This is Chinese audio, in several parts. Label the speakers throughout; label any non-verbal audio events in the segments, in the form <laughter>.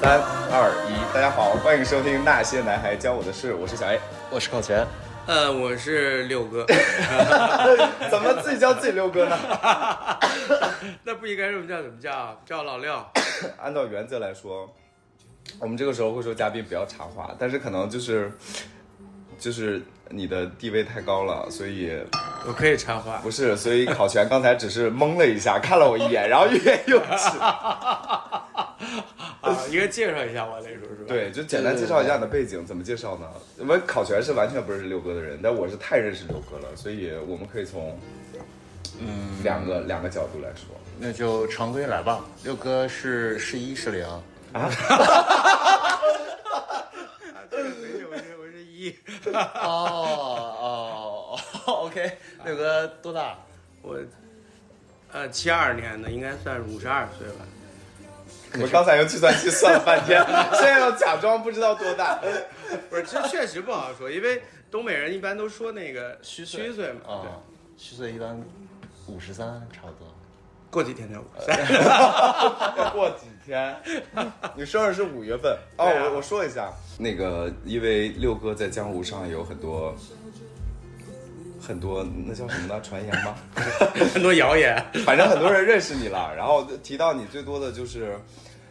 Speaker 1: 三二一，大家好，欢迎收听《那些男孩教我的事》，我是小 A。
Speaker 2: 我是靠前，
Speaker 3: 呃，我是六哥，
Speaker 1: <laughs> 怎么自己叫自己六哥呢？
Speaker 3: 那不应该这么叫，怎么叫？叫老廖。
Speaker 1: <laughs> 按照原则来说，我们这个时候会说嘉宾不要插话，但是可能就是就是你的地位太高了，所以
Speaker 3: 我可以插
Speaker 1: <laughs>
Speaker 3: 话，
Speaker 1: 不是，所以考全刚才只是懵了一下，看了我一眼，然后欲言又 <laughs> 止。
Speaker 3: 啊，应该介绍一下我那时候是吧？，
Speaker 1: 对，就简单介绍一下你的背景，怎么介绍呢？我们考全是完全不认识六哥的人，但我是太认识六哥了，所以我们可以从
Speaker 2: 嗯，
Speaker 1: 两个两个角度来说。
Speaker 2: 那就常规来吧。六哥是是一是零，
Speaker 3: 我是我是一，
Speaker 2: 哦哦，OK，六哥多大？
Speaker 3: 我呃七二年的，应该算五十二岁吧。
Speaker 1: <laughs> 我们刚才用计算器算了半天， <laughs> 现在要假装不知道多大。
Speaker 3: 不是，这确实不好说，因为东北人一般都说那个虚
Speaker 2: 岁
Speaker 3: 岁嘛。
Speaker 1: 哦
Speaker 3: 对，
Speaker 2: 啊，虚岁一般五十三差不多。
Speaker 3: 过几天就五十三。
Speaker 1: 再过几
Speaker 3: <laughs>
Speaker 1: 天，你生日是五月份哦。
Speaker 3: 对啊
Speaker 1: 我我说一下，那个因为六哥在江湖上有很多很多那叫什么呢？传言吗？呃
Speaker 3: 很多谣言， <laughs>
Speaker 1: 反正很多人认识你了，然后提到你最多的就是。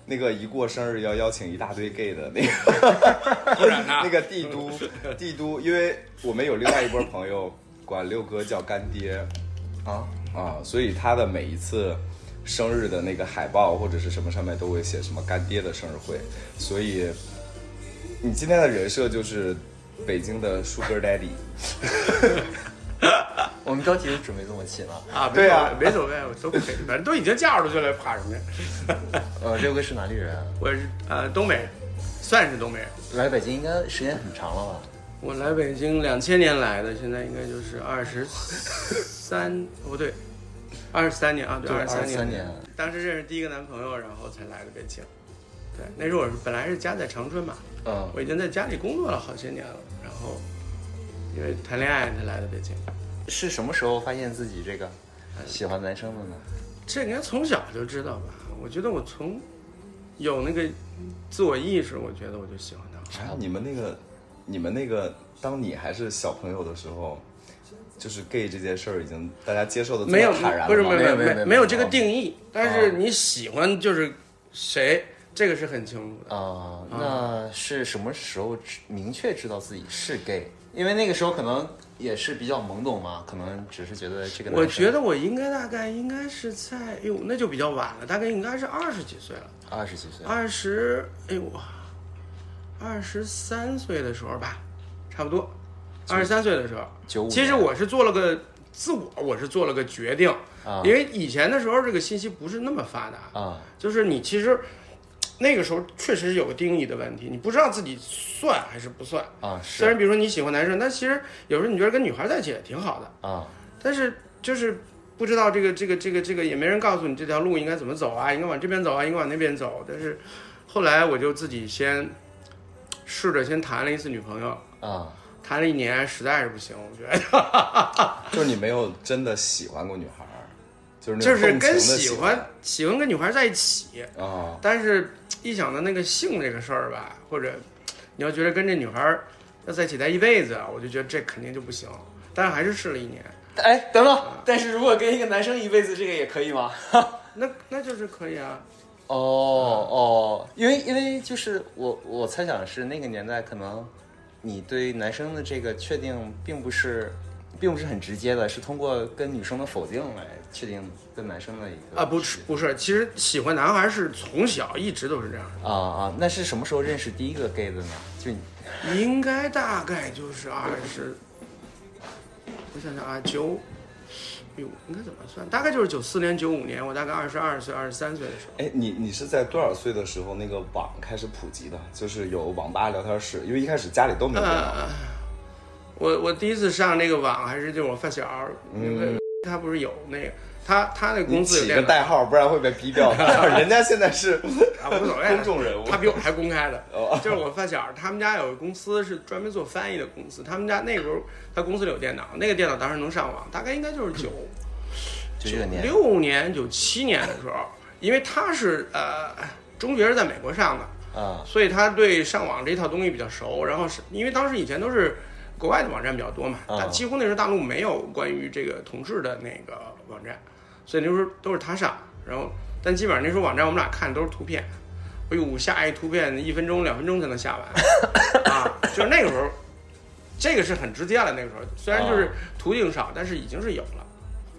Speaker 1: 那个一过生日要邀请一大堆 gay 的那个
Speaker 3: <laughs> 不然呢？
Speaker 1: <laughs> 那个帝
Speaker 3: <laughs>
Speaker 1: 都帝都，因为我们有另外一波朋友管六哥叫干爹，
Speaker 2: 啊，
Speaker 1: 啊，所以他的每一次生日的那个海报或者是什么上面都会写什么干爹的生日会，所以你今天的人设就是北京的 Sugar Daddy。 <laughs>
Speaker 2: 我们标题是准备这么起吗？
Speaker 3: 啊，没
Speaker 1: 对
Speaker 3: 所
Speaker 1: 啊
Speaker 3: 谓没所谓，我都可以，反正都已经嫁出去了，怕什么呀？ <laughs>
Speaker 2: 呃，六哥是哪里人？
Speaker 3: 我是呃东北人，算是东北人。
Speaker 2: 来北京应该时间很长了吧？
Speaker 3: 我来北京两千年来的，现在应该就是二十三，不对，二十三年啊，对，
Speaker 2: 对
Speaker 3: 二十三
Speaker 2: 23年
Speaker 3: 当时认识第一个男朋友，然后才来的北京。对，那时候我是本来是家在长春嘛，
Speaker 2: 嗯，
Speaker 3: 我已经在家里工作了好些年了，然后因为谈恋爱才来的北京。
Speaker 2: 是什么时候发现自己这个喜欢男生的呢？
Speaker 3: 这应该从小就知道吧？我觉得我从有那个自我意识，我觉得我就喜欢他。
Speaker 1: 啊，你们那个，你们那个，当你还是小朋友的时候，就是 gay 这件事儿已经大家接受的
Speaker 3: 没有，
Speaker 1: 坦然了吗？
Speaker 3: 不是没
Speaker 2: 没有
Speaker 3: 有
Speaker 2: 没有没有
Speaker 3: 没有这个定义，但是你喜欢就是谁，这个是很清楚的。
Speaker 2: 啊、那是什么时候知明确知道自己是 gay？因为那个时候可能也是比较懵懂嘛，可能只是觉得这个男生。
Speaker 3: 我觉得我应该大概应该是在，哎呦，那就比较晚了，大概应该是二十几岁了，
Speaker 2: 二十几岁，
Speaker 3: 二十，哎呦，二十三岁的时候吧，差不多，二十三岁的时候，
Speaker 2: 95
Speaker 3: 其实
Speaker 2: 年
Speaker 3: 我是做了个自我，我是做了个决定，
Speaker 2: 啊
Speaker 3: 因为以前的时候这个信息不是那么发达，
Speaker 2: 啊
Speaker 3: 就是你其实那个时候确实有个定义的问题，你不知道自己算还是不算。
Speaker 2: 啊
Speaker 3: 虽然
Speaker 2: 是
Speaker 3: 比如说你喜欢男生，但其实有时候你觉得跟女孩在一起也挺好的，
Speaker 2: 啊
Speaker 3: 但是就是不知道这个这个这个这个也没人告诉你这条路应该怎么走啊，应该往这边走啊，应该往那边走。但是后来我就自己先试着先谈了一次女朋友，
Speaker 2: 啊，
Speaker 3: 谈了一年，实在是不行，我觉得。
Speaker 1: 就是你没有真的喜欢过女孩儿，就是那
Speaker 3: 就
Speaker 1: 种
Speaker 3: 是
Speaker 1: 动情
Speaker 3: 跟
Speaker 1: 的
Speaker 3: 喜
Speaker 1: 喜
Speaker 3: 欢喜欢跟女孩在一起，
Speaker 1: 啊，
Speaker 3: 但是一想到那个性这个事儿吧，或者你要觉得跟这女孩要在一起待一辈子，我就觉得这肯定就不行。但是还是试了一年，
Speaker 2: 哎，等
Speaker 3: 嗯
Speaker 2: 等，但是如果跟一个男生一辈子，这个也可以吗？
Speaker 3: 那那就是可以啊。
Speaker 2: 哦哦，因为因为就是我我猜想是那个年代，可能你对男生的这个确定并不是。并不是很直接的，是通过跟女生的否定来确定跟男生的一个
Speaker 3: 啊，不是不是，其实喜欢男孩是从小一直都是这样
Speaker 2: 啊啊，那是什么时候认识第一个 gay 的呢？就你
Speaker 3: 的，应该大概就是二十，我想想啊，九，哎呦，应该怎么算？大概就是九四年、九五年，我大概二十二岁、二十三岁的时候。
Speaker 1: 哎，你你是在多少岁的时候那个网开始普及的？就是有网吧聊天室，因为一开始家里都没有电脑。
Speaker 3: 呃，我我第一次上那个网还是就是我发小，因为他不是有那个他他那公
Speaker 1: 嗯你
Speaker 3: 司有
Speaker 1: 起个
Speaker 3: 电脑
Speaker 1: 代号，不然会被逼
Speaker 3: <laughs>
Speaker 1: 掉的。人家现在是
Speaker 3: 啊，无所谓，
Speaker 1: <laughs> 公众人物哦
Speaker 3: 他比我还公开的，就是我发小，他们家有个公司是专门做翻译的公司，他们家那个时候他公司里有电脑，那个电脑当时能上网，大概应该就是九
Speaker 2: 九九年
Speaker 3: 六年九七年的时候，因为他是呃中学是在美国上的，
Speaker 2: 啊
Speaker 3: 所以他对上网这一套东西比较熟。然后是因为当时以前都是国外的网站比较多嘛，
Speaker 2: 啊
Speaker 3: 但几乎那时候大陆没有关于这个同志的那个网站，所以那时候都是他上。然后，但基本上那时候网站我们俩看都是图片，哎呦，下一图片一分钟两分钟才能下完
Speaker 2: <laughs>
Speaker 3: 啊，就是那个时候，这个是很直接了。那个时候虽然就是
Speaker 2: 啊
Speaker 3: 途径少，但是已经是有了。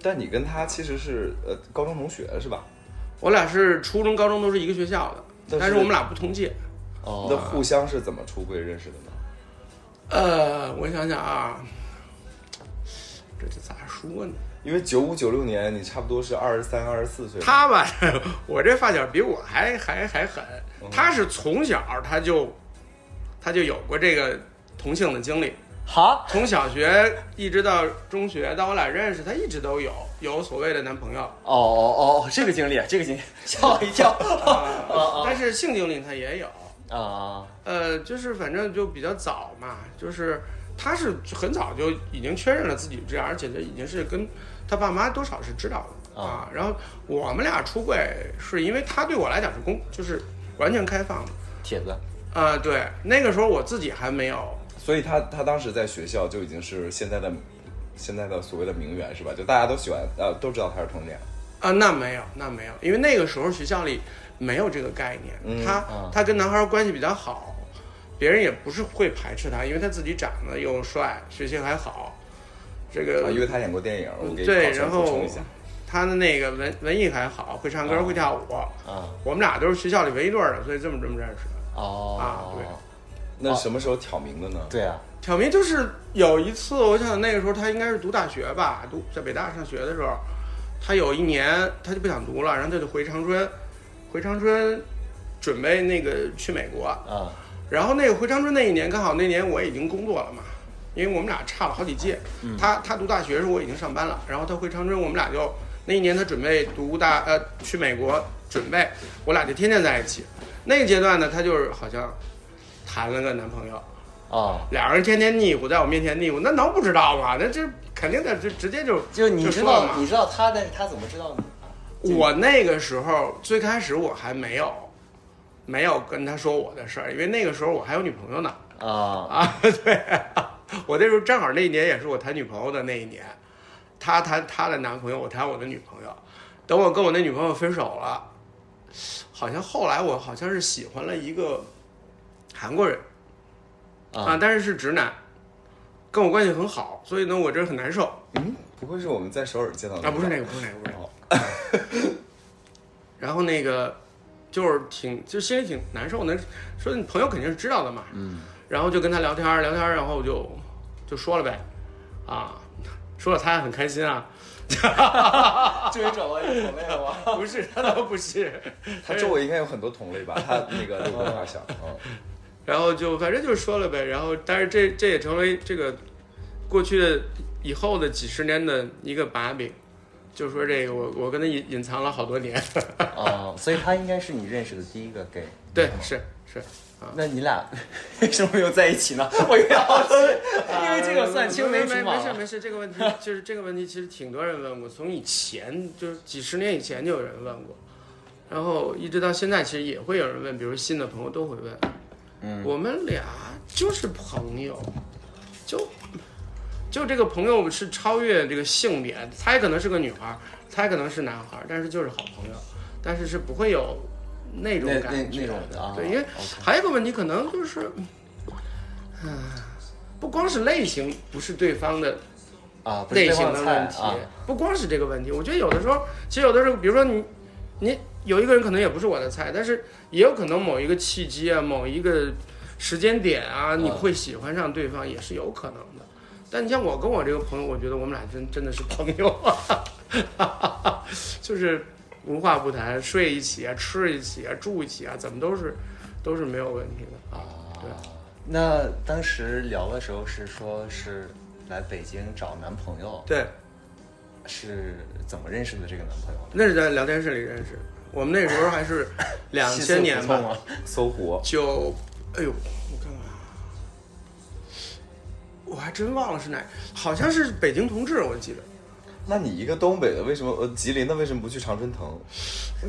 Speaker 1: 但你跟他其实是呃高中同学是吧？
Speaker 3: 我俩是初中、高中都是一个学校的，
Speaker 1: 但是
Speaker 3: 但是我们俩不同届。
Speaker 1: 那
Speaker 2: 哦，
Speaker 1: 互相是怎么出柜认识的呢？
Speaker 3: 呃，我想想啊，这这咋说呢？
Speaker 1: 因为九五九六年你差不多是二十三、二十四岁吧，
Speaker 3: 他吧，我这发小比我还还还狠，他是从小他就他就有过这个同性的经历，
Speaker 2: 好，
Speaker 3: 从小学一直到中学，到我俩认识，他一直都有有所谓的男朋友，
Speaker 2: 哦哦哦，这个经历，这个经历， <laughs> 吓我一跳
Speaker 3: 啊，但是性经历他也有，
Speaker 2: 啊！
Speaker 3: 呃，就是反正就比较早嘛，就是他是很早就已经确认了自己这样，而且这已经是跟他爸妈多少是知道的
Speaker 2: 啊
Speaker 3: 啊。然后我们俩出柜是因为他对我来讲是公，就是完全开放的。
Speaker 2: 铁子，
Speaker 3: 啊、对，那个时候我自己还没有，
Speaker 1: 所以他他当时在学校就已经是现在的现在的所谓的名媛是吧？就大家都喜欢呃都知道他是同性恋，
Speaker 3: 啊，那没有，那没有，因为那个时候学校里没有这个概念。
Speaker 1: 嗯
Speaker 3: 他、
Speaker 2: 啊
Speaker 3: 他跟男孩关系比较好，别人也不是会排斥他，因为他自己长得又帅，学习还好，这个、
Speaker 1: 啊，因为他演过电影，我给
Speaker 3: 对
Speaker 1: 考生
Speaker 3: 然
Speaker 1: 补
Speaker 3: 后
Speaker 1: 充一下。
Speaker 3: 他的那个文文艺还好，会唱歌
Speaker 2: 啊
Speaker 3: 会跳舞。
Speaker 2: 啊
Speaker 3: 我们俩都是学校里唯一对儿的，所以这么这么认识的。
Speaker 2: 哦，
Speaker 3: 啊
Speaker 1: 那什么时候挑明的呢？
Speaker 2: 对啊，
Speaker 3: 挑明就是有一次，我想那个时候他应该是读大学吧，读在北大上学的时候，他有一年他就不想读了，然后他就回长春，回长春准备那个去美国。
Speaker 2: 啊
Speaker 3: 然后那个回长春那一年，刚好那年我已经工作了嘛，因为我们俩差了好几届。
Speaker 2: 嗯
Speaker 3: 他他读大学的时候我已经上班了，然后他回长春，我们俩就那一年他准备读大呃去美国准备，我俩就天天在一起。那个阶段呢，他就是好像谈了个男朋友，
Speaker 2: 啊，
Speaker 3: 俩人天天腻乎，在我面前腻乎，那能不知道吗？那这肯定的，就直接就
Speaker 2: 就你知
Speaker 3: 说了
Speaker 2: 道
Speaker 3: 嘛，
Speaker 2: 你知道他，但是他怎么知道你？
Speaker 3: 我那个时候最开始我还没有没有跟他说我的事儿，因为那个时候我还有女朋友呢。
Speaker 2: 啊
Speaker 3: 啊， <laughs> 对啊我那时候正好那一年也是我谈女朋友的那一年，她谈她的男朋友，我谈我的女朋友。等我跟我那女朋友分手了，好像后来我好像是喜欢了一个韩国人
Speaker 2: 啊
Speaker 3: 但是是直男，跟我关系很好，所以呢，我这很难受
Speaker 1: 嗯，不会是我们在首尔见到的
Speaker 3: 啊，不是那
Speaker 1: 个，
Speaker 3: 个，不是那个，不是那个。然后那个就是挺，就心里挺难受的，说你朋友肯定是知道的嘛，
Speaker 2: 嗯
Speaker 3: 然后就跟他聊天儿聊天儿，然后我就就说了呗，啊，说了他也很开心啊，
Speaker 2: <laughs> 终于找到一个所谓的我。
Speaker 3: <laughs> 不是他倒不是，
Speaker 1: 他周围应该有很多同类吧？他那个六个发小，嗯，
Speaker 3: <laughs> 然后就反正就是说了呗，然后但是这这也成为这个过去的以后的几十年的一个把柄，就说这个我我跟他隐隐藏了好多年， <laughs>
Speaker 2: 哦，所以他应该是你认识的第一个 gay。
Speaker 3: 对，是是，
Speaker 2: 那你俩 <laughs> 为什么没有在一起呢？ <laughs> 我有点好奇，因为这个算青梅
Speaker 3: 没
Speaker 2: 竹
Speaker 3: 没
Speaker 2: 马
Speaker 3: 没事没事，这个问题就是这个问题，其实挺多人问过，从以前就是几十年以前就有人问过，然后一直到现在，其实也会有人问，比如新的朋友都会问。
Speaker 2: 嗯，
Speaker 3: 我们俩就是朋友，就就这个朋友是超越这个性别，他也可能是个女孩儿，他也可能是男孩儿，但是就是好朋友，但是是不会有那种
Speaker 2: 那
Speaker 3: 感
Speaker 2: 那
Speaker 3: 觉
Speaker 2: 那种的啊
Speaker 3: 对，因为
Speaker 2: OK
Speaker 3: 还有一个问题，可能就是，嗯，不光是类型不是对方的
Speaker 2: 啊，不是
Speaker 3: 类
Speaker 2: 对
Speaker 3: 型
Speaker 2: 方
Speaker 3: 的
Speaker 2: 菜
Speaker 3: 问题，
Speaker 2: 啊
Speaker 3: 不光是这个问题。我觉得有的时候，其实有的时候，比如说你，你有一个人可能也不是我的菜，但是也有可能某一个契机啊，某一个时间点啊，
Speaker 2: 嗯
Speaker 3: 你会喜欢上对方，也是有可能的。但你像我跟我这个朋友，我觉得我们俩真真的是朋友，啊 <laughs> 就是无话不谈，睡一起啊，吃一起啊，住一起啊，怎么都是都是没有问题的
Speaker 2: 啊
Speaker 3: 啊。对。
Speaker 2: 那当时聊的时候是说是来北京找男朋友，
Speaker 3: 对，
Speaker 2: 是怎么认识的这个男朋友的？
Speaker 3: 那是在聊天室里认识的，我们那时候还是两千年吧，
Speaker 2: 吗？ <laughs>
Speaker 1: 搜狐
Speaker 3: 九，哎呦，我看看啊，我还真忘了是哪，好像是北京同志，我记得
Speaker 1: 那你一个东北的，为什么呃吉林的为什么不去常春藤？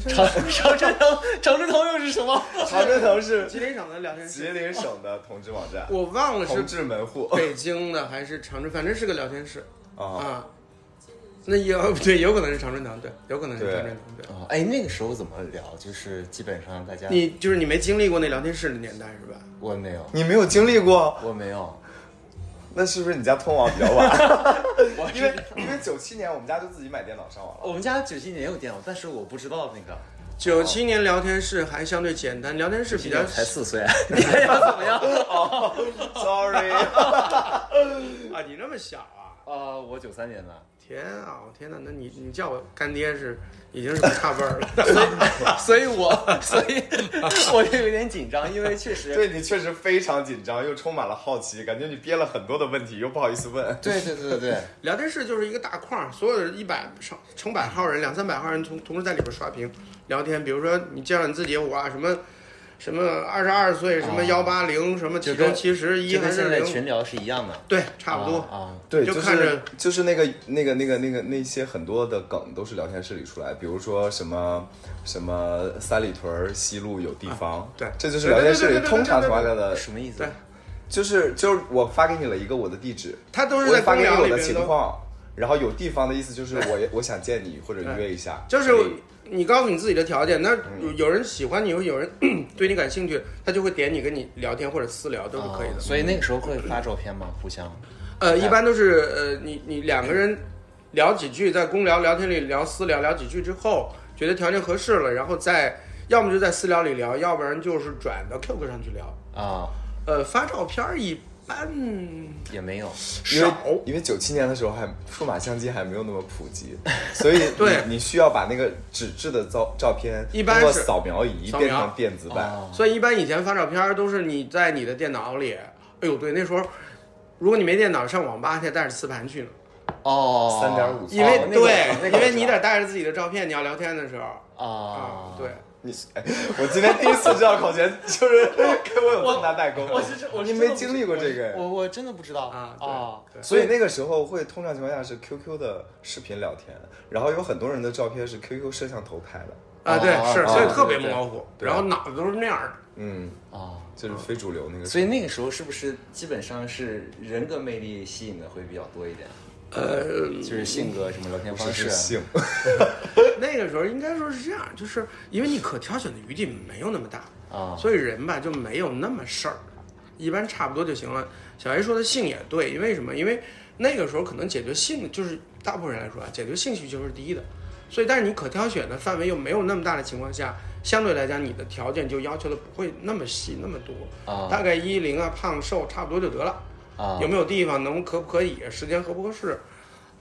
Speaker 2: 常常春藤，常春藤又是什么？
Speaker 1: 常春藤是
Speaker 3: 吉林省的聊天
Speaker 1: 吉
Speaker 3: 室，
Speaker 1: 林省的同志网站，
Speaker 3: 我忘了是
Speaker 1: 同志门户
Speaker 3: 北京的还是长春，反正是个聊天室
Speaker 1: 啊，
Speaker 3: 啊。那也 <laughs> 对，有可能是长春堂，对，有可能是
Speaker 1: 对
Speaker 3: 长春堂，对。
Speaker 2: 哦，哎，那个时候怎么聊？就是基本上大家，
Speaker 3: 你就是你没经历过那聊天室的年代是吧？
Speaker 2: 我没有，
Speaker 1: 你没有经历过，
Speaker 2: 我没有，
Speaker 1: 那是不是你家通网比较晚？
Speaker 2: 我
Speaker 1: 因为因为九七年我们家就自己买电脑上网了。
Speaker 2: 我们家九七年有电脑，但是我不知道那个，
Speaker 3: 九七年聊天室还相对简单，聊天室比较
Speaker 1: 哦
Speaker 2: 才
Speaker 1: <laughs>
Speaker 2: 四岁， <laughs> 你还想怎么样？
Speaker 1: Sorry，
Speaker 3: 啊，你那么小啊？
Speaker 2: 啊，我九三年的，
Speaker 3: 天啊，我天哪！那你你叫我干爹是已经是不差辈儿了。啊
Speaker 2: 所以我 <laughs> 所
Speaker 3: <laughs>
Speaker 2: 以我就有点紧张，因为确实
Speaker 1: 对你确实非常紧张，又充满了好奇，感觉你憋了很多的问题，又不好意思问。
Speaker 2: 对对对对对，
Speaker 3: 聊天室就是一个大框，所有的一百上成百号人、两三百号人同同时在里边刷屏聊天。比如说你介绍你自己，我啊什么什么二十二岁，什么幺八零，什么体
Speaker 2: 就
Speaker 3: 重
Speaker 2: 跟
Speaker 3: 七十一
Speaker 2: 就
Speaker 3: 还
Speaker 2: 跟
Speaker 3: 是
Speaker 2: 现在
Speaker 3: 零，
Speaker 2: 群聊是一样的，
Speaker 3: 对，差不多。
Speaker 2: 啊
Speaker 1: 对，
Speaker 3: 就是看着
Speaker 1: 就是那个那个那个那个那些很多的梗都是聊天室里出来，比如说什么什么三里屯儿西路有地方，
Speaker 3: 对
Speaker 1: 这就是聊天室
Speaker 3: 对对对
Speaker 1: 里
Speaker 3: 对对
Speaker 1: 通常
Speaker 3: 对
Speaker 1: 情
Speaker 3: 对
Speaker 1: 况下
Speaker 2: 啊，
Speaker 1: 的，
Speaker 2: 什么意思
Speaker 3: 对？
Speaker 1: 就是就是我发给你了一个我的地址，
Speaker 3: 他都是
Speaker 1: 我
Speaker 3: 在
Speaker 1: 也发
Speaker 3: 公
Speaker 1: 给你
Speaker 3: 聊
Speaker 1: 我
Speaker 3: 里
Speaker 1: 的
Speaker 3: 边
Speaker 1: 情
Speaker 3: 都，
Speaker 1: 况，然后有地方的意思就是我也我想见你或者约一下，
Speaker 3: 就是
Speaker 1: 所以
Speaker 3: 你告诉你自己的条件，那有有人喜欢你，有人 <clears throat> 对你感兴趣，他就会点你跟你聊天或者私聊都是可以的
Speaker 2: 哦。所以那个时候会发照片吗？互相
Speaker 3: 呃，一般都是呃，你你两个人聊几句，在公聊聊天里聊私聊聊几句之后，觉得条件合适了，然后再要么就在私聊里聊，要不然就是转到 QQ 上去聊。
Speaker 2: 啊
Speaker 3: 呃，发照片儿一般嗯
Speaker 2: 也没有，
Speaker 1: 因为
Speaker 3: 少，
Speaker 1: 因为九七年的时候还数码相机还没有那么普及，所以
Speaker 3: <laughs> 对
Speaker 1: 你你需要把那个纸质的照照片
Speaker 3: 一般
Speaker 1: 通过
Speaker 3: 是
Speaker 1: 扫描仪
Speaker 3: 扫
Speaker 1: 变
Speaker 3: 描
Speaker 1: 成电子版，
Speaker 2: 哦
Speaker 3: 所以一般以前发照片儿都是你在你的电脑里。哎呦，对，那时候如果你没电脑，上网吧还得带着磁盘去呢，
Speaker 2: 哦，
Speaker 1: 三点五寸，
Speaker 3: 因为、
Speaker 2: 哦那个
Speaker 3: 对、
Speaker 2: 那个
Speaker 3: 因为你得带着自己的照片，你要聊天的时候。
Speaker 2: 啊
Speaker 3: 啊，，对。，
Speaker 1: 你哎，我今天第一次知道考前就是跟我有这么大代沟，
Speaker 2: 我是真我是
Speaker 1: 你
Speaker 2: 真的
Speaker 1: 没
Speaker 2: 不
Speaker 1: 经历过这个哎，
Speaker 2: 我我真的不知道
Speaker 3: 啊对
Speaker 2: 哦
Speaker 3: 对
Speaker 1: 所以那个时候会通常情况下是 QQ 的视频聊天，然后有很多人的照片是 QQ 摄像头拍的，
Speaker 3: 啊，对，
Speaker 2: 哦
Speaker 3: 是，
Speaker 2: 哦
Speaker 3: 所以
Speaker 2: 哦
Speaker 3: 特别
Speaker 2: 对对
Speaker 3: 模糊，
Speaker 1: 对
Speaker 3: 然后脑子都是那
Speaker 2: <laughs>
Speaker 3: 样的。
Speaker 1: 嗯，
Speaker 2: 啊。
Speaker 1: 就是非主流那个时候，
Speaker 2: 所以那个时候是不是基本上是人格魅力吸引的会比较多一点？
Speaker 3: 呃，
Speaker 2: 就是性格什么聊天
Speaker 1: 不
Speaker 2: 方
Speaker 1: 是
Speaker 2: 式，啊
Speaker 1: 性，
Speaker 3: 那个时候应该说是这样，就是因为你可挑选的余地没有那么大，
Speaker 2: 啊
Speaker 3: 所以人吧就没有那么事儿，一般差不多就行了。小 A 说的性也对，因为什么？因为那个时候可能解决性就是大部分人来说啊，解决性需求是第一的，所以但是你可挑选的范围又没有那么大的情况下，相对来讲你的条件就要求的不会那么细那么多，
Speaker 2: 啊
Speaker 3: 大概一零啊胖瘦差不多就得了，
Speaker 2: 啊
Speaker 3: 有！没有地方能可不可以，时间合不合适，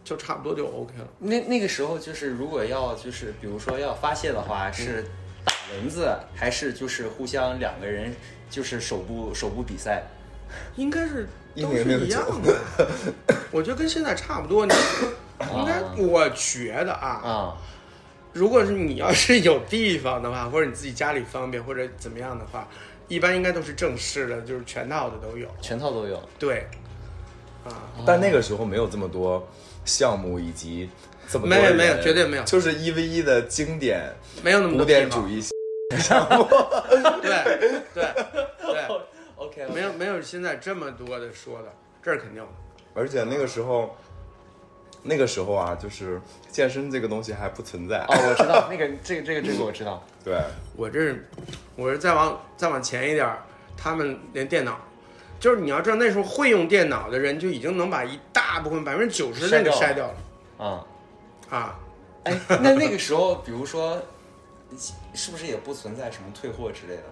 Speaker 3: 就差不多就 OK 了。
Speaker 2: 那那个时候就是如果要就是比如说要发泄的话，是打蚊子，还是就是互相两个人就是手部手部比赛？
Speaker 3: 应该是都是
Speaker 1: 1069
Speaker 3: 一样的，我觉得跟现在差不
Speaker 1: <laughs>
Speaker 3: 多。你应该，
Speaker 1: 啊
Speaker 3: 我觉得啊，
Speaker 2: 啊
Speaker 3: 如果是你要是有地方的话，或者你自己家里方便或者怎么样的话，一般应该都是正式的，就是全套的都有。
Speaker 2: 全套都有
Speaker 3: 对，啊，
Speaker 1: <laughs> 但那个时候没有这么多项目以及这么多
Speaker 3: 没有
Speaker 1: 人
Speaker 3: 没有，绝对没有，
Speaker 1: 就是一 v 一的经典
Speaker 3: 没有那么
Speaker 1: 古
Speaker 3: 多
Speaker 1: 典
Speaker 3: 地
Speaker 1: 主
Speaker 3: 方。
Speaker 1: 义，
Speaker 3: 对对对，
Speaker 2: <laughs> ，OK，
Speaker 3: 没有没有现在这么多的说的，这是肯定的。
Speaker 1: 而且那个时候。那个时候啊，就是健身这个东西还不存在，
Speaker 2: 哦，我知道那个这个这个这个我知道
Speaker 1: 对，
Speaker 3: 我这是，我是再往再往前一点儿，他们连电脑，就是你要知道那时候会用电脑的人就已经能把一大部分百分之九十那个
Speaker 2: 筛掉
Speaker 3: 筛掉了
Speaker 2: 啊。
Speaker 3: 啊。
Speaker 2: 哎，那那个时候比如说，是不是也不存在什么退货之类的？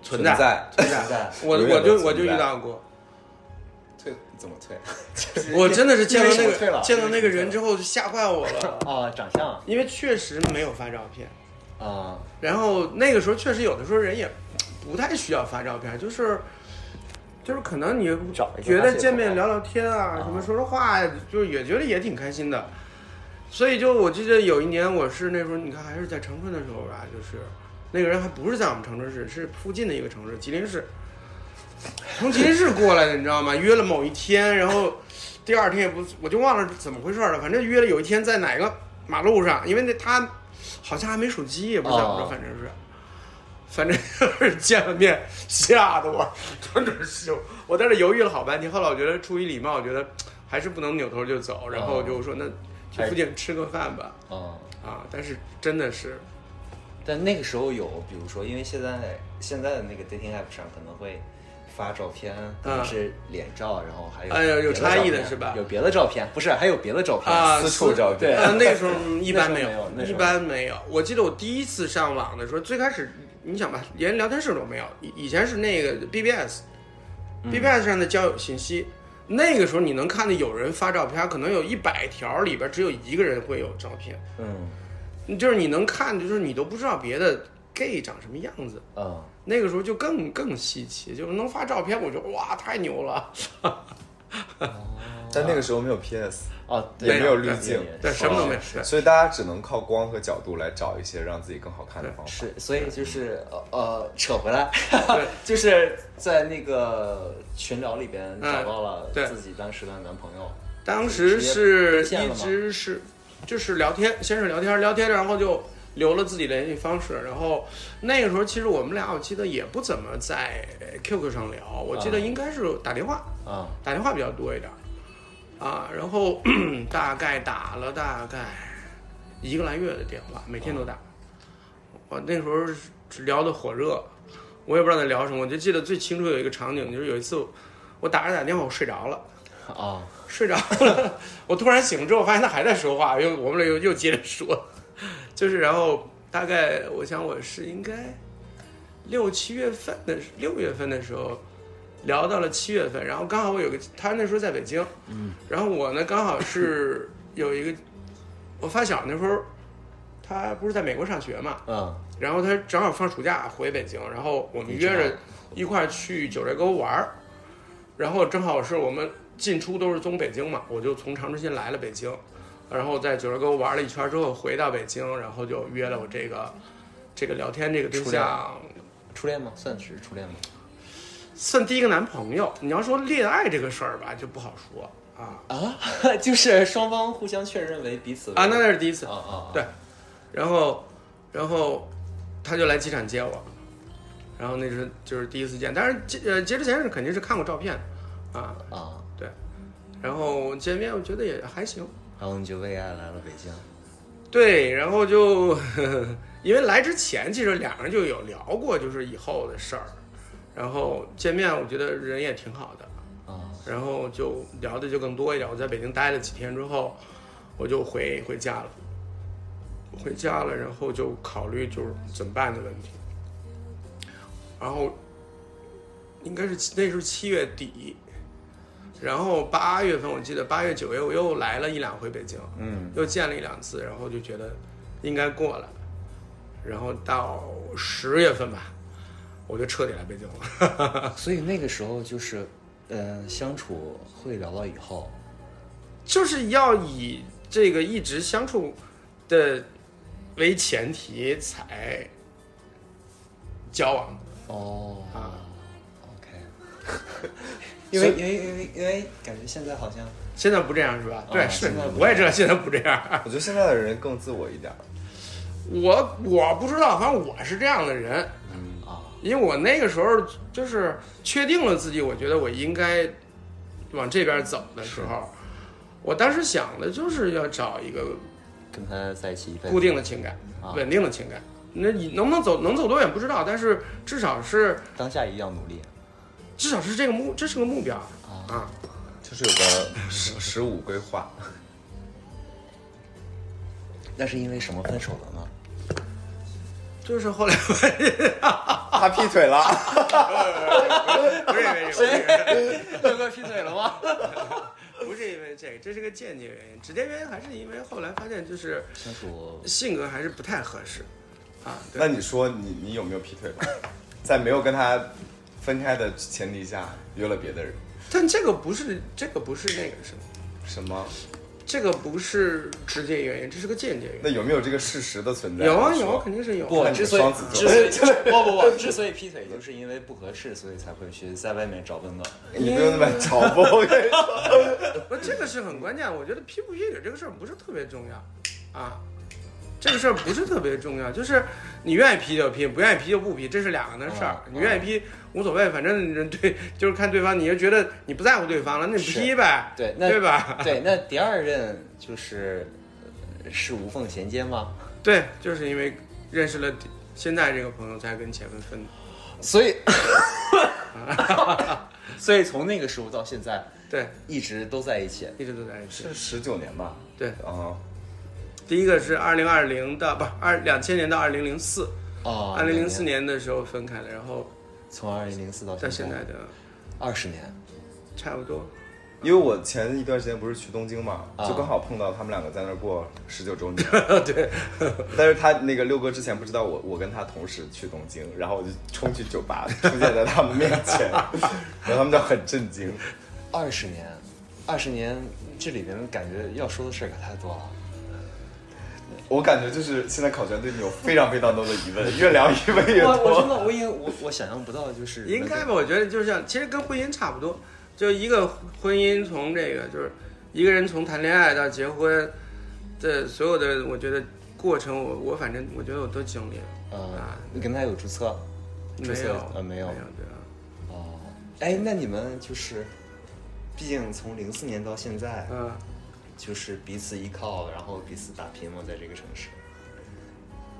Speaker 3: 存在
Speaker 1: 在，
Speaker 3: 存
Speaker 2: 存在
Speaker 3: 我
Speaker 1: 永远
Speaker 3: 我
Speaker 1: 都
Speaker 3: 就我就
Speaker 1: 存在
Speaker 3: 遇到
Speaker 2: <laughs>
Speaker 3: 过，
Speaker 2: 退怎么退？
Speaker 3: 我真的是见到
Speaker 2: 因为
Speaker 3: 那
Speaker 2: 手退了
Speaker 3: 个见到那个人之后就吓坏我了， <laughs>
Speaker 2: 啊，长相啊
Speaker 3: 因为确实没有发照片，
Speaker 2: 啊
Speaker 3: 然后那个时候确实有的时候人也不太需要发照片，就是。就是可能你
Speaker 2: 找一个
Speaker 3: 觉
Speaker 2: 发泄
Speaker 3: 得
Speaker 2: 口
Speaker 3: 见面
Speaker 2: 吧
Speaker 3: 聊聊天
Speaker 2: 啊，
Speaker 3: 啊什么说说话呀，就也觉得也挺开心的。所以就我记得有一年，我是那时候你看还是在长春的时候吧，就是那个人还不是在我们长春市，是附近的一个城市，吉林市，从吉林市过来的，你知道吗？约了某一天，然后第二天也不，我就忘了怎么回事了，反正约了有一天在哪个马路上，因为那他好像还没手机，也不是怎么着，
Speaker 2: 哦
Speaker 3: 反正是，反正就是见了面，吓得我整个羞，我在这犹豫了好半天，后来我觉得出于礼貌，我觉得还是不能扭头就走，然后我就说那去附近吃个饭吧，
Speaker 2: 嗯，
Speaker 3: 啊，但是真的是
Speaker 2: 但那个时候有，比如说，因为现在现在的那个 dating app 上可能会发照片，可能是脸照，然后还有
Speaker 3: 嗯哎呦有
Speaker 2: 别照片
Speaker 3: 差异的是吧
Speaker 2: 有别的照片，不是还有别的照片 <laughs>
Speaker 3: 啊，
Speaker 1: 私处照片
Speaker 2: 对
Speaker 3: 呃，那个时
Speaker 2: <laughs>
Speaker 3: 候嗯一般
Speaker 2: 那
Speaker 3: 没
Speaker 2: 时候没有那时
Speaker 3: 一
Speaker 2: 候
Speaker 3: 般没有。我记得我第一次上网的时候，最开始你想吧，连聊天室都没有，以以前是那个 BBS，BBS
Speaker 2: 嗯
Speaker 3: 上的交友信息。那个时候你能看到有人发照片，可能有一百条里边只有一个人会有照片，
Speaker 2: 嗯
Speaker 3: 就是你能看，就是你都不知道别的 gay 长什么样子。
Speaker 2: 嗯，
Speaker 3: 那个时候就更更稀奇，就是能发照片，我就哇太牛了。
Speaker 1: 但那个时候没有 PS，
Speaker 2: 哦，对
Speaker 1: 也没有
Speaker 3: 对
Speaker 1: 滤镜，
Speaker 3: 对，什么都没有。对
Speaker 1: 所以大家只能靠光和角度来找一些让自己更好看的方法。
Speaker 2: 是，所以就是呃呃，扯回来
Speaker 3: 对，
Speaker 2: 就是在那个群聊里边找到了
Speaker 3: 嗯对
Speaker 2: 自己当时的男朋友。
Speaker 3: 当时是
Speaker 2: 直接
Speaker 3: 一
Speaker 2: 兑现
Speaker 3: 直是就是聊天，先是聊天聊天，然后就留了自己联系方式。然后那个时候其实我们俩我记得也不怎么在 QQ 上聊，我记得
Speaker 2: 啊
Speaker 3: 应该是打电话，
Speaker 2: 啊，
Speaker 3: 打电话比较多一点啊。然后大概打了大概一个来月的电话，每天都
Speaker 2: 啊
Speaker 3: 打。我那时候是聊得火热，我也不知道在聊什么，我就记得最清楚有一个场景，就是有一次我我打着打着电话我睡着了。
Speaker 2: 哦，
Speaker 3: 睡着了，我突然醒了之后，发现他还在说话，又我们俩又又接着说，就是然后大概我想我是应该六七月份的六月份的时候聊到了七月份，然后刚好我有个他那时候在北京，嗯，然后我呢刚好是有一个我发小那时候他不是在美国上学嘛，
Speaker 2: 嗯，
Speaker 3: 然后他正好放暑假回北京，然后我们
Speaker 2: 你知
Speaker 3: 约
Speaker 2: 道
Speaker 3: 着一块儿去九寨沟玩儿，然后正好是我们进出都是从北京嘛，我就从长春先来了北京，然后在九寨沟玩了一圈儿之后回到北京，然后就约了我这个这个聊天这个对
Speaker 2: 初恋
Speaker 3: 象，
Speaker 2: 初恋吗？算是初恋吗？
Speaker 3: 算第一个男朋友。你要说恋爱这个事儿吧，就不好说啊
Speaker 2: 啊， <laughs> 就是双方互相确认为彼此为
Speaker 3: 啊，那那是第一次
Speaker 2: 啊，啊，
Speaker 3: 对然后，然后他就来机场接我，然后那是就是第一次见，但是接呃接之前是肯定是看过照片的啊，
Speaker 2: 啊啊，
Speaker 3: 然后见面我觉得也还行，
Speaker 2: 然后你就为爱来了北京。
Speaker 3: 对，然后就 <laughs> 呵呵因为来之前其实两个人就有聊过就是以后的事儿，然后见面我觉得人也挺好的，
Speaker 2: 啊，
Speaker 3: 然后就聊的就更多一点。我在北京待了几天之后，我就回回家了，回家了，然后就考虑就是怎么办的问题。然后应该是七那时候七月底，然后八月份我记得八月九月我又来了一两回北京，
Speaker 1: 嗯，
Speaker 3: 又见了一两次，然后就觉得应该过了。然后到十月份吧，我就彻底来北京了。
Speaker 2: 啊所以那个时候就是，呃，相处会聊到以后，
Speaker 3: 就是要以这个一直相处的为前提才交往
Speaker 2: 哦
Speaker 3: 啊。
Speaker 2: ，OK，因
Speaker 3: <laughs> 因为
Speaker 2: 为因为因为因为感觉现在好像
Speaker 3: 现在不这样是吧？对，
Speaker 2: 啊
Speaker 3: 是
Speaker 2: 现在不
Speaker 3: 我也知道现在不这样。 <laughs>
Speaker 1: 我觉得现在的人更自我一点儿，
Speaker 3: 我我不知道，反正我是这样的人，
Speaker 2: 啊，
Speaker 3: 因为我那个时候就是确定了自己，我觉得我应该往这边走的时候，我当时想的就是要找一个
Speaker 2: 跟他在一起一辈子
Speaker 3: 固定的情感
Speaker 2: 啊，
Speaker 3: 稳定的情感。那你能不能走，能走多远不知道，但是至少是
Speaker 2: 当下一定要努力
Speaker 3: 至少是这个目，这是个目标
Speaker 2: 啊。
Speaker 3: 啊。
Speaker 1: 就是有个十十五规
Speaker 3: <laughs>
Speaker 1: 划。
Speaker 2: 那是因为什么分手了呢？
Speaker 3: 就是后来
Speaker 1: 他劈腿了，
Speaker 3: 不是因为这个，
Speaker 2: 哥哥劈腿了吗？
Speaker 3: <laughs> 不是因为这个，这是个间接原因，直接原因还是因为后来发现就是
Speaker 2: 相处
Speaker 3: 性格还是不太合适啊。对
Speaker 1: 那你说你你有没有劈腿过？ <laughs> 在没有跟他分开的前提下，约了别的人，
Speaker 3: 但这个不是这个不是那个什么，
Speaker 1: 什么？
Speaker 3: 这个不是直接原因，这是个间接原
Speaker 1: 那有没有这个事实的存在？
Speaker 3: 因。有啊
Speaker 1: 你说
Speaker 3: 有啊，肯定是有啊。
Speaker 2: 不，
Speaker 1: 看你
Speaker 2: 之
Speaker 1: 是
Speaker 2: 所以
Speaker 1: 双子座
Speaker 2: 之所以
Speaker 3: <laughs>
Speaker 2: 不不不，之所以劈腿，就是因为不合适，所以才会去在外面找温暖。
Speaker 1: 你不用那么嘲
Speaker 3: <laughs>
Speaker 1: 讽我跟你说。
Speaker 3: 不，这个是很关键。我觉得劈不劈腿这个事儿不是特别重要啊，这个事儿不是特别重要，就是你愿意劈就劈，不愿意劈就不劈，这是两个的事儿
Speaker 2: 啊。
Speaker 3: 你愿意劈无所谓，反正人对，就是看对方，你就觉得你不在乎对方了，那你
Speaker 2: 是
Speaker 3: 劈呗，
Speaker 2: 对，那
Speaker 3: 对吧？ <laughs>
Speaker 2: 对那第二任就是呃是无缝衔接吗？
Speaker 3: 对，就是因为认识了现在这个朋友，才跟前面分的。
Speaker 2: 所以， <laughs> 所以从那个时候到现在
Speaker 3: 对，
Speaker 2: 一直都在一起。
Speaker 3: 一直都在一起。
Speaker 1: 是十九年吧？
Speaker 3: 对
Speaker 1: 啊，
Speaker 3: 第一个是二零二零到不二两千年到二零零四，
Speaker 2: 哦，
Speaker 3: 二零零四
Speaker 2: 两年，
Speaker 3: 年的时候分开的，然后
Speaker 2: 从二零零四到
Speaker 3: 到现在的
Speaker 2: 二十年，
Speaker 3: 差不多。
Speaker 1: 因为我前一段时间不是去东京嘛，
Speaker 2: 啊
Speaker 1: 就刚好碰到他们两个在那儿过十九周
Speaker 3: <laughs>
Speaker 1: 年。对， <laughs> 但是他那个六哥之前不知道我，我跟他同时去东京，然后我就冲去酒吧，出现在他们面前， <laughs> 然后他们就很震惊。
Speaker 2: 二十年，二十年，这里面感觉要说的事儿可太多了。
Speaker 1: 我感觉就是现在考全对你有非常非常多的疑问，越聊疑问越
Speaker 2: 我我真
Speaker 1: 多。
Speaker 2: 的我已经我我想象不到，就是
Speaker 3: 应该
Speaker 2: 能
Speaker 3: 吧，
Speaker 2: 够
Speaker 3: 我觉得就像其实跟婚姻差不多，就一个婚姻从这个就是一个人从谈恋爱到结婚的所有的，我觉得过程我我反正我觉得我都经历了，
Speaker 2: 呃，你跟他有注册？注
Speaker 3: 没
Speaker 2: 册
Speaker 3: 有
Speaker 2: 呃没有
Speaker 3: 没有对啊，
Speaker 2: 哦，哎，那你们就是，毕竟从零四年到现在，
Speaker 3: 嗯、
Speaker 2: 就是彼此依靠，然后彼此打拼嘛，在这个城市。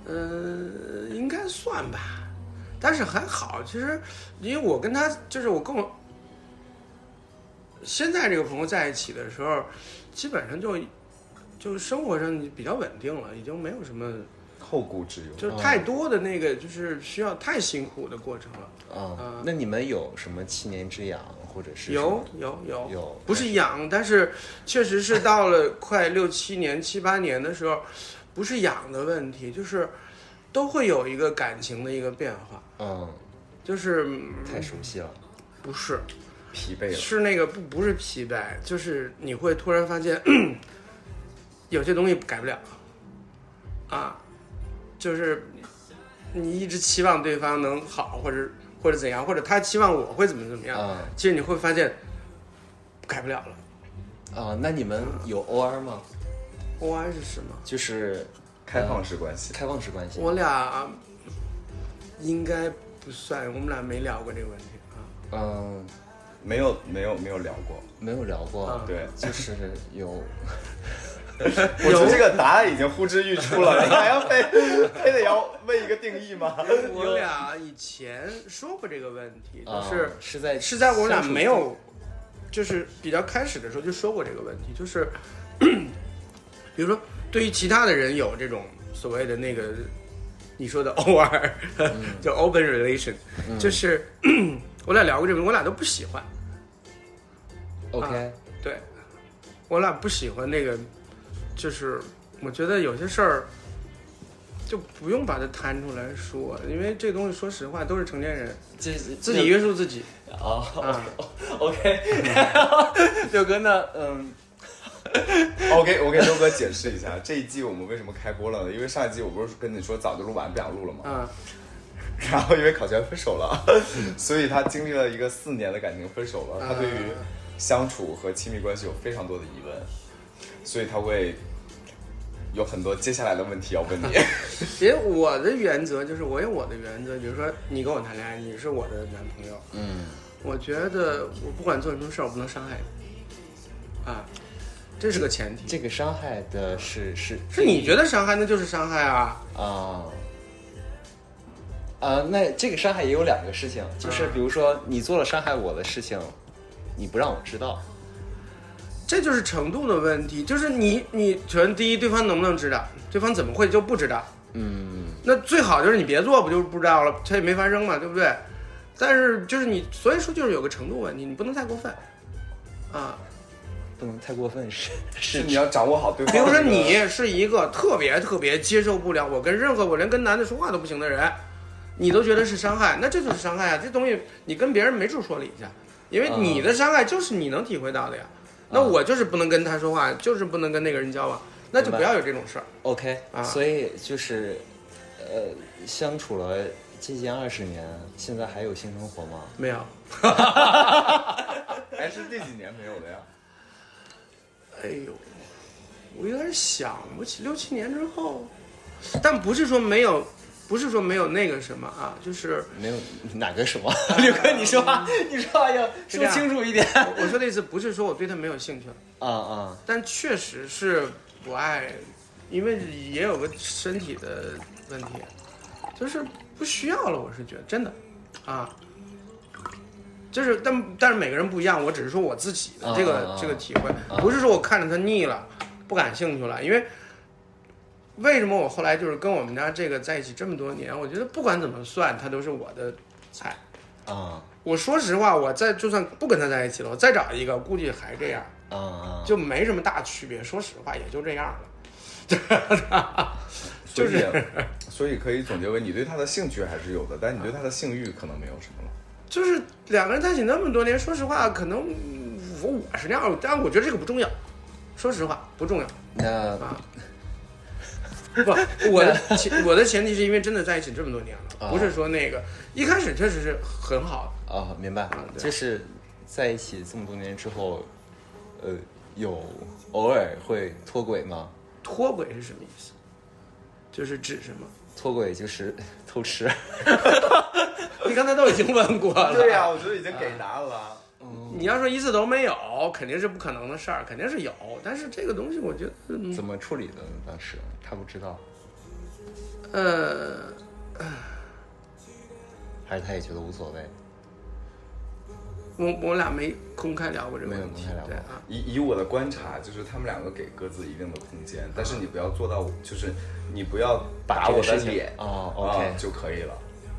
Speaker 3: 呃，应该算吧，但是还好。其实，因为我跟他就是我跟我现在这个朋友在一起的时候，基本上就就生活上比较稳定了，已经没有什么
Speaker 1: 后顾之忧。
Speaker 2: 嗯
Speaker 3: 就是太多的那个就是需要太辛苦的过程了。
Speaker 2: 啊、
Speaker 3: 啊
Speaker 2: 那你们有什么七年之痒，或者是
Speaker 3: 有有有
Speaker 2: 有
Speaker 3: 不是痒，但是确实是到了快六七年、七八年的时候，不是痒的问题，就是都会有一个感情的一个变化，
Speaker 2: 什么
Speaker 3: 就是
Speaker 2: 嗯，太熟悉了，
Speaker 3: 不是，
Speaker 2: 嗯
Speaker 1: 疲
Speaker 2: 哎
Speaker 1: 惫了，
Speaker 3: 是那个不不是疲惫，就是你会突然发现 <clears throat> 有些东西改不了，啊，就是你一直期望对方能好，或者或者怎样，或者他期望我会怎么怎么样，
Speaker 2: 啊
Speaker 3: 其实你会发现改不了了。
Speaker 2: 啊，那你们有 OR 吗？
Speaker 3: O I 是什么？
Speaker 2: 就是
Speaker 1: 开放式关系。
Speaker 2: 开放式关系。
Speaker 3: 我俩应该不算，我们俩没聊过这个问题啊。
Speaker 2: 嗯、
Speaker 1: 没有没有没有聊过，
Speaker 2: 没有聊过，
Speaker 3: 啊
Speaker 1: 对
Speaker 2: 就是有
Speaker 1: 我觉得这个答案已经呼之欲出了，你还要非非得要问一个定义吗？
Speaker 3: 我
Speaker 1: <laughs>
Speaker 3: 俩以前说过这个问题，就
Speaker 2: 啊
Speaker 3: 是。
Speaker 2: 是在
Speaker 3: 是在我们俩
Speaker 2: 相处
Speaker 3: 没有，就是比较开始的时候就说过这个问题，就是，比如说对于其他的人有这种所谓的那个你说的 <laughs> OR，、就 open relation，、就是我俩聊过这个，我俩都不喜欢，啊
Speaker 2: OK
Speaker 3: 对我俩不喜欢那个，就是我觉得有些事儿。就不用把它摊出来说，因为这东西说实话都是成年人
Speaker 2: 这
Speaker 3: 自己约束自己
Speaker 2: 啊
Speaker 3: 啊。 <laughs>
Speaker 2: OK，六哥呢？嗯，
Speaker 1: 我给我给周哥解释一下，这一季我们为什么开播了呢？因为上一季我不是跟你说早就录完不想录了吗？
Speaker 3: 啊，
Speaker 1: 然后因为考全分手了，所以他经历了一个四年的感情分手了，他对于相处和亲密关系有非常多的疑问，所以他会有很多接下来的问题要问你。
Speaker 3: 因为我的原则就是我有我的原则，比如说你跟我谈恋爱，你是我的男朋友，嗯，我觉得我不管做什么事儿，我不能伤害你，啊，这是个前提。
Speaker 2: 这个伤害的是是
Speaker 3: 是你觉得伤害，那就是伤害啊。
Speaker 2: 啊啊，那这个伤害也有两个事情，
Speaker 3: 嗯
Speaker 2: 就是比如说你做了伤害我的事情，你不让我知道，
Speaker 3: 这就是程度的问题，就是你你觉得第一，对方能不能知道，对方怎么会就不知道？嗯，那最好就是你别做，不就是不知道了，它也没发生嘛，对不对？但是就是你，所以说就是有个程度问题，你不能太过分，啊，
Speaker 2: 不能太过分，是
Speaker 1: 是哎
Speaker 2: 是
Speaker 1: 你要掌握好对方
Speaker 3: <laughs> 比
Speaker 1: 的
Speaker 3: 如
Speaker 1: 那
Speaker 3: 说
Speaker 1: 个。
Speaker 3: 你是一个特别特别接受不了我跟任何我连跟男的说话都不行的人，你都觉得是伤害，那这就是伤害啊！这东西你跟别人没处说理去，因为你的伤害就是你能体会到的呀。那我就是不能跟他说话，就是不能跟那个人交往，那就
Speaker 2: 明白
Speaker 3: 不要有这种事儿。
Speaker 2: OK，、
Speaker 3: 啊
Speaker 2: 所以就是，呃，相处了接近二十年，现在还有性生活吗？
Speaker 3: 没有，
Speaker 1: 还哎是这几年没有的呀？
Speaker 3: 哎呦，我有点想不起六七年之后，但不是说没有，不是说没有那个什么啊，就是 <laughs>
Speaker 2: 没有哪个什么？ <laughs> 刘哥，你说话，你说话要
Speaker 3: 嗯是
Speaker 2: 说
Speaker 3: 这样
Speaker 2: 清楚一点。 <laughs>
Speaker 3: 我我说的意思不是说我对他没有兴趣了，
Speaker 2: 啊啊
Speaker 3: 但确实是不爱，因为也有个身体的问题，就是不需要了。我是觉得真的，啊，就是但但是每个人不一样，我只是说我自己的这个、
Speaker 2: 啊啊啊
Speaker 3: 这个体会，不是说我看着他腻了，不感兴趣了，因为。为什么我后来就是跟我们家这个在一起这么多年，我觉得不管怎么算，他都是我的菜。
Speaker 2: 啊
Speaker 3: 我说实话，我再就算不跟他在一起了，我再找一个，估计还这样。
Speaker 2: 啊啊！
Speaker 3: 就没什么大区别。说实话，也就这样了。
Speaker 1: 就是所以可以总结为你对他的兴趣还是有的，但你对他的性欲可能没有什么了。
Speaker 3: 就是两个人在一起那么多年，说实话，可能嗯我我是那样，但我觉得这个不重要。说实话，不重要
Speaker 2: 那
Speaker 3: 啊。
Speaker 2: <laughs>
Speaker 3: 不，我的前我的前提是因为真的在一起这么多年了，
Speaker 2: 啊
Speaker 3: 不是说那个一开始确实是很好的。
Speaker 2: 啊，明白
Speaker 3: 啊，对
Speaker 2: 就是在一起这么多年之后，呃，有偶尔会脱轨吗？
Speaker 3: 脱轨是什么意思？就是指什么？
Speaker 2: 脱轨就是 <laughs> 偷吃。
Speaker 3: 你刚才都已经问过
Speaker 2: <laughs>
Speaker 3: 了。
Speaker 1: <laughs> 我觉得已经给答案了。
Speaker 3: 你要说一次都没有，肯定是不可能的事儿，肯定是有。但是这个东西，我觉得，
Speaker 2: <laughs>
Speaker 3: 嗯
Speaker 2: 怎么处理的呢？当时他不知道，
Speaker 3: 呃，
Speaker 2: 还是他也觉得无所谓？
Speaker 3: 我我俩没公开聊过这个
Speaker 2: 没有
Speaker 3: 问题
Speaker 2: 公开聊，过
Speaker 3: 对啊，
Speaker 1: 以以我的观察，就是他们两个给各自一定的空间，但是你不要做到，就是你不要打
Speaker 2: 这个
Speaker 1: 我的
Speaker 2: 事情
Speaker 1: 脸
Speaker 2: 哦
Speaker 1: 啊
Speaker 2: ，OK，
Speaker 1: 就可以了。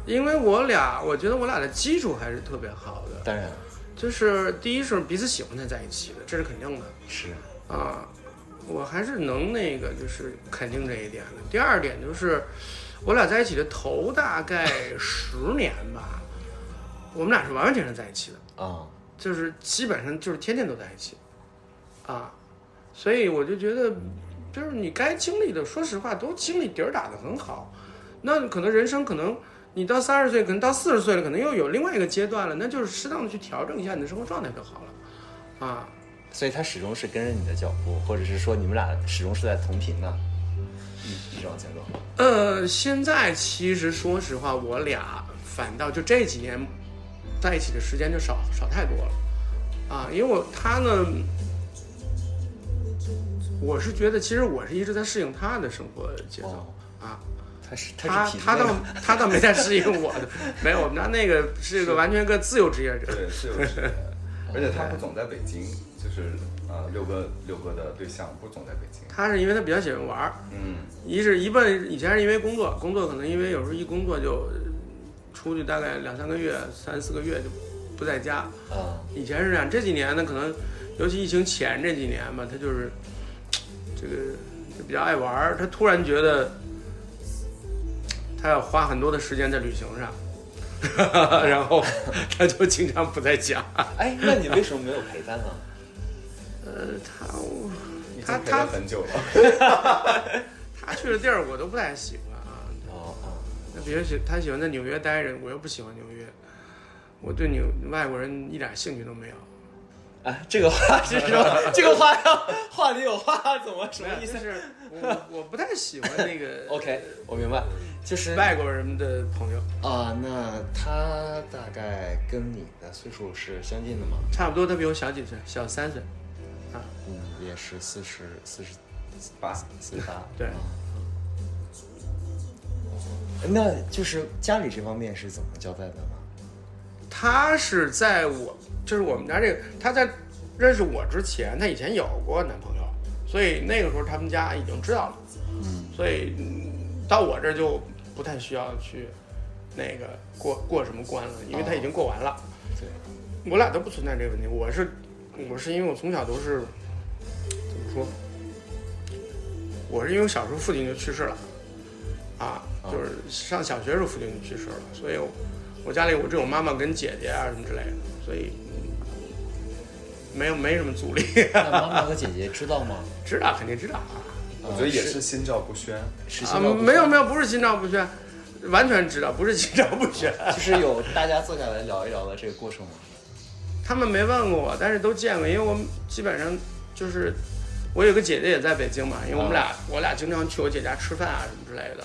Speaker 3: 因为我俩，我觉得我俩的基础还是特别好的，
Speaker 2: 当然
Speaker 3: 就是第一是彼此喜欢才在一起的，这是肯定的
Speaker 2: 是
Speaker 3: 啊，我还是能那个就是肯定这一点的。第二点就是，我俩在一起的头大概十年吧，我们俩是完完全全在一起的，
Speaker 2: 啊，
Speaker 3: 就是基本上就是天天都在一起，啊，所以我就觉得，就是你该经历的，说实话都经历，底儿打得很好。那可能人生可能你到三十岁，可能到四十岁了，可能又有另外一个阶段了，那就是适当的去调整一下你的生活状态就好了，啊，
Speaker 2: 所以他始终是跟着你的脚步，或者是说你们俩始终是在同频的，一一种情况。
Speaker 3: 呃，现在其实说实话，我俩反倒就这几年在一起的时间就少少太多了，啊，因为我他呢，我是觉得其实我是一直在适应他的生活节奏、
Speaker 2: 哦
Speaker 3: 啊，
Speaker 2: 他是
Speaker 3: 他
Speaker 2: 是体
Speaker 3: 他
Speaker 2: 内 <laughs>
Speaker 3: 倒
Speaker 2: 的
Speaker 3: 他倒没在适应我
Speaker 2: <laughs>
Speaker 3: 的，没有，我们家那个是个完全个自由职业者，
Speaker 1: 对，是有区
Speaker 2: <laughs>
Speaker 1: 别。而且他不总在北京，就是啊，六哥六哥的对象不总在北京。
Speaker 3: 他是因为他比较喜欢玩儿，
Speaker 2: 啊
Speaker 1: 嗯，
Speaker 3: 一是一奔以前是因为工作，工作可能因为有时候一工作就出去大概两三个月、三四个月就不在家，
Speaker 2: 啊
Speaker 3: 以前是这样，这几年呢，可能尤其疫情前这几年吧，他就是这个就比较爱玩儿。他突然觉得他要花很多的时间在旅行上， <laughs> 然后他就经常不在家。
Speaker 2: 哎，那你为什么没有陪伴呢？
Speaker 3: 呃，他
Speaker 1: 已
Speaker 3: 他
Speaker 1: 经陪
Speaker 3: 他
Speaker 1: 了很久了。
Speaker 2: <laughs>
Speaker 3: 他去的地儿我都不太喜欢啊。
Speaker 2: <laughs> 哦
Speaker 3: 那比如喜他喜欢在纽约待着，我又不喜欢纽约，我对纽外国人一点兴趣都没有。
Speaker 2: 哦啊，这个话是什
Speaker 3: <laughs>
Speaker 2: 么？这个话要话里有话，怎么什么意
Speaker 3: 就
Speaker 2: 思
Speaker 3: 是我我不太喜欢那个
Speaker 2: <laughs> ？OK，我明白，就是啊、
Speaker 3: 外国人的朋友。
Speaker 2: 那他大概跟你的岁数是相近的吗？
Speaker 3: 差不多，他比我小几岁，小三岁，啊，
Speaker 2: 嗯，也是四十四十
Speaker 1: 八，
Speaker 2: 四十八，
Speaker 3: 对
Speaker 2: 啊那就是家里这方面是怎么交代的呢？
Speaker 3: <laughs> 他是在我就是我们家这个，他在认识我之前，他以前有过男朋友，所以那个时候他们家已经知道了，嗯，所以嗯到我这儿就不太需要去那个过过什么关了，因为他已经过完了。
Speaker 2: 对，
Speaker 3: 我俩都不存在这个问题。我是我是因为我从小都是怎么说？我是因为我小时候父亲就去世了，啊，
Speaker 2: 啊
Speaker 3: 就是上小学时候父亲就去世了，所以我我家里我只有妈妈跟姐姐啊什么之类的，所以嗯没有没什么阻力，
Speaker 2: 那妈妈和姐姐知道吗？
Speaker 3: 知道肯定知道啊。
Speaker 1: 我觉得也是心照不宣。
Speaker 2: 是
Speaker 3: 啊，
Speaker 2: 心照不宣
Speaker 3: 没有没有，不是心照不宣，完全知道，不是心照不宣。
Speaker 2: 就是有大家坐下来聊一聊的这个过程吗？
Speaker 3: 他们没问过我，但是都见过，因为我基本上就是我有个姐姐也在北京嘛，因为我们俩、
Speaker 2: 啊
Speaker 3: 我俩经常去我姐家吃饭啊什么之类的。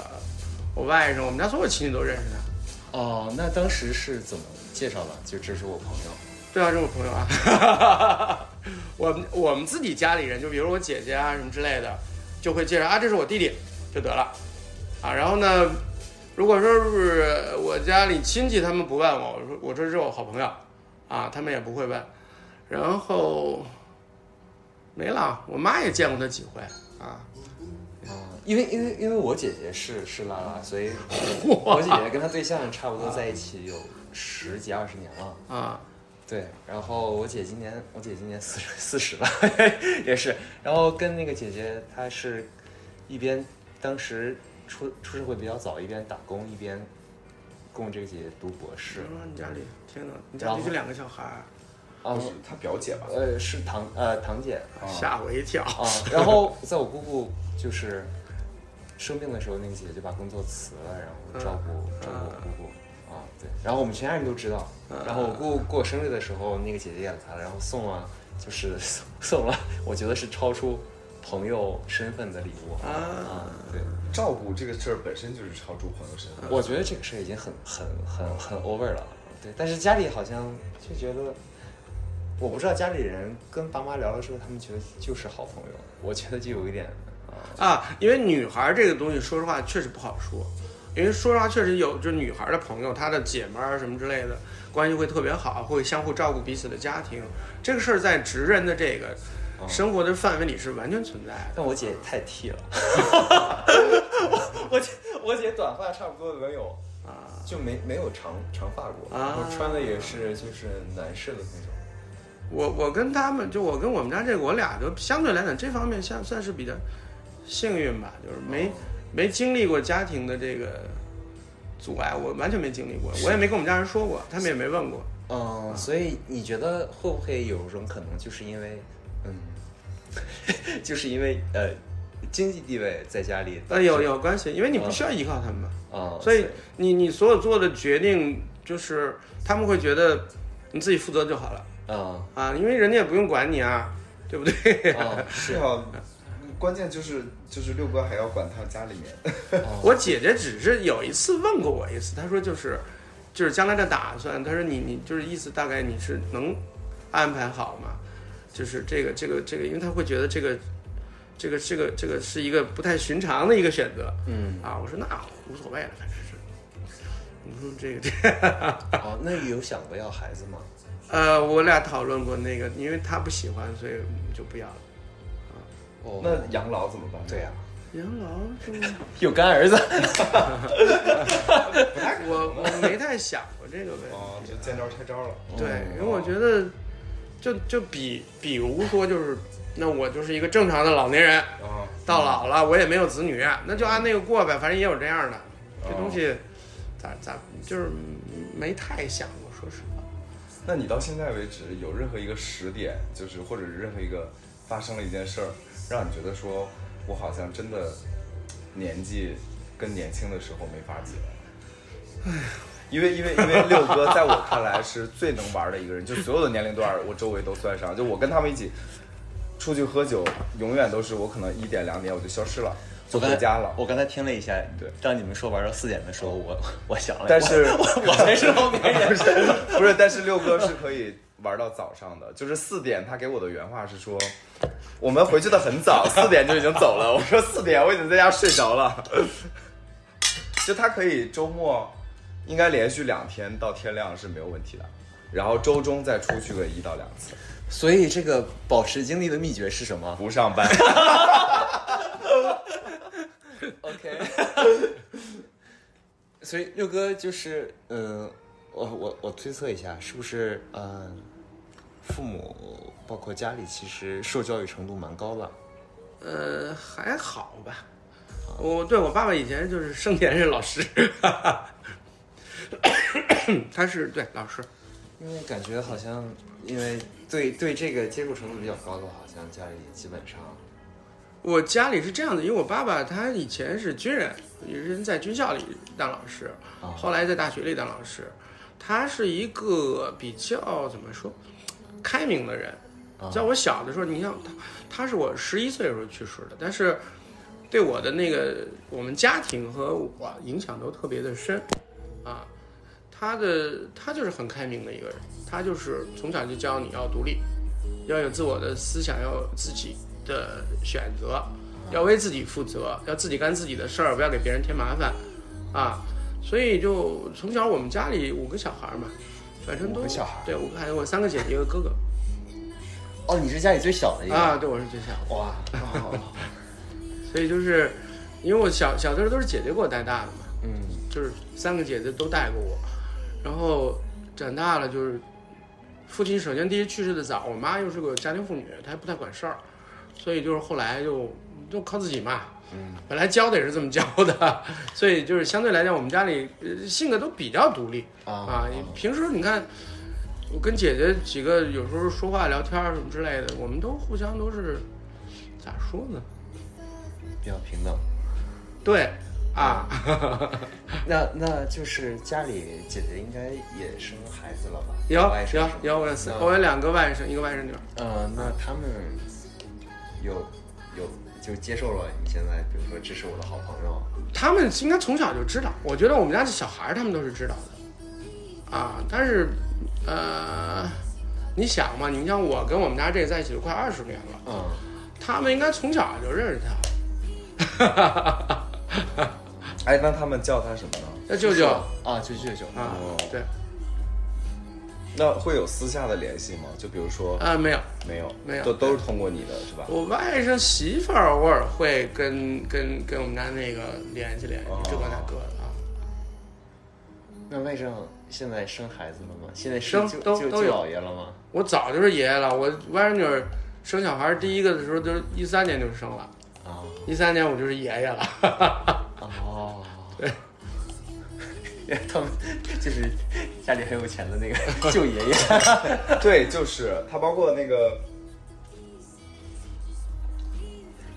Speaker 3: 我外甥，我们家所有亲戚都认识他。
Speaker 2: 哦，那当时是怎么介绍的？就这是我朋友，
Speaker 3: 对啊，这是我朋友啊。 <laughs> 我们我们自己家里人，就比如我姐姐啊什么之类的，就会介绍啊，这是我弟弟，就得了。啊，然后呢，如果说是我家里亲戚他们不问我，我说我说这是我好朋友，啊，他们也不会问。然后没了，我妈也见过他几回啊。
Speaker 2: 哦，因为因为因为我姐姐是是拉拉，所以我姐姐跟她对象差不多在一起有十几二十年了。
Speaker 3: 啊，
Speaker 2: 对，然后我姐今年，我姐今年四十四十了， <laughs> 也是。然后跟那个姐姐，她是一边当时出出社会比较早，一边打工，一边供这个姐姐读博士
Speaker 3: 是。吗？你家里，天哪，你
Speaker 2: 然
Speaker 3: 家
Speaker 2: 后
Speaker 3: 里就两个小孩儿，
Speaker 2: 啊
Speaker 1: 不，是他表姐吧？
Speaker 2: 呃，是堂呃堂姐
Speaker 1: 啊
Speaker 3: 吓我一跳。
Speaker 2: 啊。然后在我姑姑就是生病的时候，那个姐姐就把工作辞了，然后照顾、照顾我姑姑。啊，对，然后我们全家人都知道。然后我姑姑过生日的时候，那个姐姐也来了，然后送了，就是送 <laughs> 送了，我觉得是超出朋友身份的礼物啊
Speaker 3: 啊
Speaker 2: 对，
Speaker 1: 照顾这个事儿本身就是超出朋友身
Speaker 2: <laughs>
Speaker 1: 份。
Speaker 2: 我觉得这个事儿已经很很很很 over 了。对，但是家里好像就觉得，我不知道家里人跟爸妈聊了之后，他们觉得就是好朋友，我觉得就有一点啊，
Speaker 3: 啊，因为女孩儿这个东西，说实话确实不好说，因为说实话确实有，就是女孩儿的朋友，她的姐们儿什么之类的，关系会特别好，会相互照顾彼此的家庭。这个事儿在直人的这个
Speaker 2: 哦
Speaker 3: 生活的范围里是完全存在的。
Speaker 2: 但我姐太 T <laughs> 了，我我姐我姐短发差不多能有
Speaker 3: 啊
Speaker 2: 就没没有长长发过，
Speaker 3: 啊
Speaker 2: 然后穿的也是就是男士的那种。
Speaker 3: 我我跟他们，就我跟我们家这个，我俩就相对来讲这方面像算是比较幸运吧，就是没、没经历过家庭的这个阻碍，我完全没经历过，我也没跟我们家人说过，他们也没问过。
Speaker 2: 嗯，所以你觉得会不会有一种可能，就是因为，嗯， <laughs> 就是因为呃经济地位在家里，
Speaker 3: 呃，有有关系，因为你不需要依靠他们嘛。
Speaker 2: 啊、
Speaker 3: 所以你你所有做的决定，就是他们会觉得你自己负责就好了
Speaker 2: <laughs> 啊
Speaker 3: 啊，因为人家也不用管你啊，对不对？
Speaker 2: 啊
Speaker 1: 是啊，关键就是就是六哥还要管他家里面。
Speaker 3: 我姐姐只是有一次问过我一次，她说就是就是将来的打算，她说你你就是意思大概你是能安排好吗？就是这个这个这个，因为她会觉得这个。这个这个这个是一个不太寻常的一个选择
Speaker 2: 嗯
Speaker 3: 啊！我说那无所谓了，反正是。我说这个这
Speaker 2: 哦，那有想过要孩子吗？
Speaker 3: 呃，我俩讨论过那个，因为他不喜欢，所以我们就不要了。
Speaker 2: 哦，
Speaker 1: 那养老怎么办？
Speaker 2: 对呀、啊
Speaker 3: 养老是吗
Speaker 2: 有干儿子，
Speaker 3: <laughs> 我我没太想过这个问
Speaker 1: 哦，
Speaker 3: 题
Speaker 1: 就。见招拆招了。
Speaker 3: 对，因为我觉得就就比比如说就是，那我就是一个正常的老年人，
Speaker 1: 啊，
Speaker 3: 到老了我也没有子女，那就按那个过呗，反正也有这样的。这
Speaker 1: 哦
Speaker 3: 东西咋咋就是没太想过，说实话。
Speaker 1: 那你到现在为止有任何一个时点，就是或者是任何一个发生了一件事儿，让你觉得说我好像真的年纪跟年轻的时候没法比了。因为因为因为六哥在我看来是最能玩的一个人，就所有的年龄段儿我周围都算上，就我跟他们一起出去喝酒，永远都是我可能一点两点我就消失了，就
Speaker 2: 我刚
Speaker 1: 回
Speaker 2: 才
Speaker 1: 家了。
Speaker 2: 我刚才听了一下，
Speaker 1: 对
Speaker 2: 当你们说玩到四点的时候，我我想了一下，
Speaker 1: 但是
Speaker 2: 我
Speaker 3: <laughs>
Speaker 2: 我才是老年人，
Speaker 1: <laughs> 不是，但是六哥是可以玩到早上的，就是四点。他给我的原话是说，我们回去的很早， <laughs> 四点就已经走了。我说四点我已经在家睡着了。就他可以周末应该连续两天到天亮是没有问题的，然后周中再出去个一到两次，
Speaker 2: 所以这个保持精力的秘诀是什么
Speaker 1: 不上班。 <laughs>
Speaker 2: ？OK，所以六哥就是，嗯、我我我推测一下，是不是，嗯、父母包括家里其实受教育程度蛮高的，
Speaker 3: 呃，还好吧。我对我爸爸以前就是 <laughs> 生前是老师，他是对老师，
Speaker 2: 因为感觉好像，因为对对这个接触程度比较高的，好像家里基本上
Speaker 3: 我家里是这样的，因为我爸爸他以前是军人，也是在军校里当老师，后来在大学里当老师。他是一个比较怎么说，开明的人。
Speaker 2: 啊
Speaker 3: 在我小的时候，你像他，他是我十一岁的时候去世的，但是对我的那个我们家庭和我影响都特别的深啊。他的他就是很开明的一个人，他就是从小就教你要独立，要有自我的思想，要有自己的选择，
Speaker 2: 嗯
Speaker 3: 要为自己负责，要自己干自己的事儿，不要给别人添麻烦，啊，所以就从小我们家里五个小孩儿嘛，反正都
Speaker 2: 五个小孩儿
Speaker 3: 对五个孩子，我三个姐姐一个哥哥
Speaker 2: 哦，你是家里最小的一个
Speaker 3: 啊，对我是最小的，
Speaker 2: 哇，
Speaker 3: 所以就是因为我小小的时候都是姐姐给我带大的嘛，
Speaker 2: 嗯，
Speaker 3: 就是三个姐姐都带过我，然后长大了就是父亲首先第一去世的早，我妈又是个家庭妇女，她不太管事儿，所以就是后来就就靠自己嘛。嗯，本来教的也是这么教的， <laughs> 所以就是相对来讲，我们家里呃性格都比较独立
Speaker 2: 啊
Speaker 3: 啊。平时你看，我跟姐姐几个有时候说话聊天儿什么之类的，我们都互相都是咋说呢？
Speaker 2: 比较平等。
Speaker 3: 对啊，
Speaker 2: 嗯那那就是家里姐姐应该也生孩子了吧？嗯
Speaker 3: 有
Speaker 2: 外甥
Speaker 3: 有
Speaker 2: 是吗
Speaker 3: 有，我有四，
Speaker 2: 那
Speaker 3: 我有两个外甥，一个外甥女儿。
Speaker 2: 呃，那他们有有就接受了你现在，比如说支持我的好朋友，
Speaker 3: 他们应该从小就知道，我觉得我们家这小孩儿他们都是知道的，啊，但是，呃，你想嘛，你像我跟我们家这个在一起都快二十年了，
Speaker 2: 嗯，
Speaker 3: 他们应该从小就认识他，
Speaker 1: 哎，那他们叫他什么呢？
Speaker 3: 那舅舅啊，
Speaker 2: 啊，就舅舅，
Speaker 3: 对，
Speaker 1: 那会有私下的联系吗？就比如说，
Speaker 3: 啊，没有，
Speaker 1: 没有，
Speaker 3: 没有
Speaker 1: 都都是通过你的是吧？
Speaker 3: 我外甥媳妇儿偶尔会跟跟跟我们家那个联系联系
Speaker 1: 哦，
Speaker 3: 这个那个的啊，
Speaker 2: 那外甥现在生孩子了吗？现在是
Speaker 3: 生
Speaker 2: 舅
Speaker 3: 都
Speaker 2: 舅
Speaker 3: 都
Speaker 2: 舅
Speaker 3: 有
Speaker 2: 姥爷了吗？
Speaker 3: 我早就是爷爷了，我外甥女儿生小孩儿第一个的时候就是一三年就生了，
Speaker 2: 啊，
Speaker 3: 一三年我就是爷爷了。 <laughs>
Speaker 2: 哦，对， <laughs> 他们就是家里很有钱的那个舅爷爷，
Speaker 1: <laughs> 对，就是他，包括那个，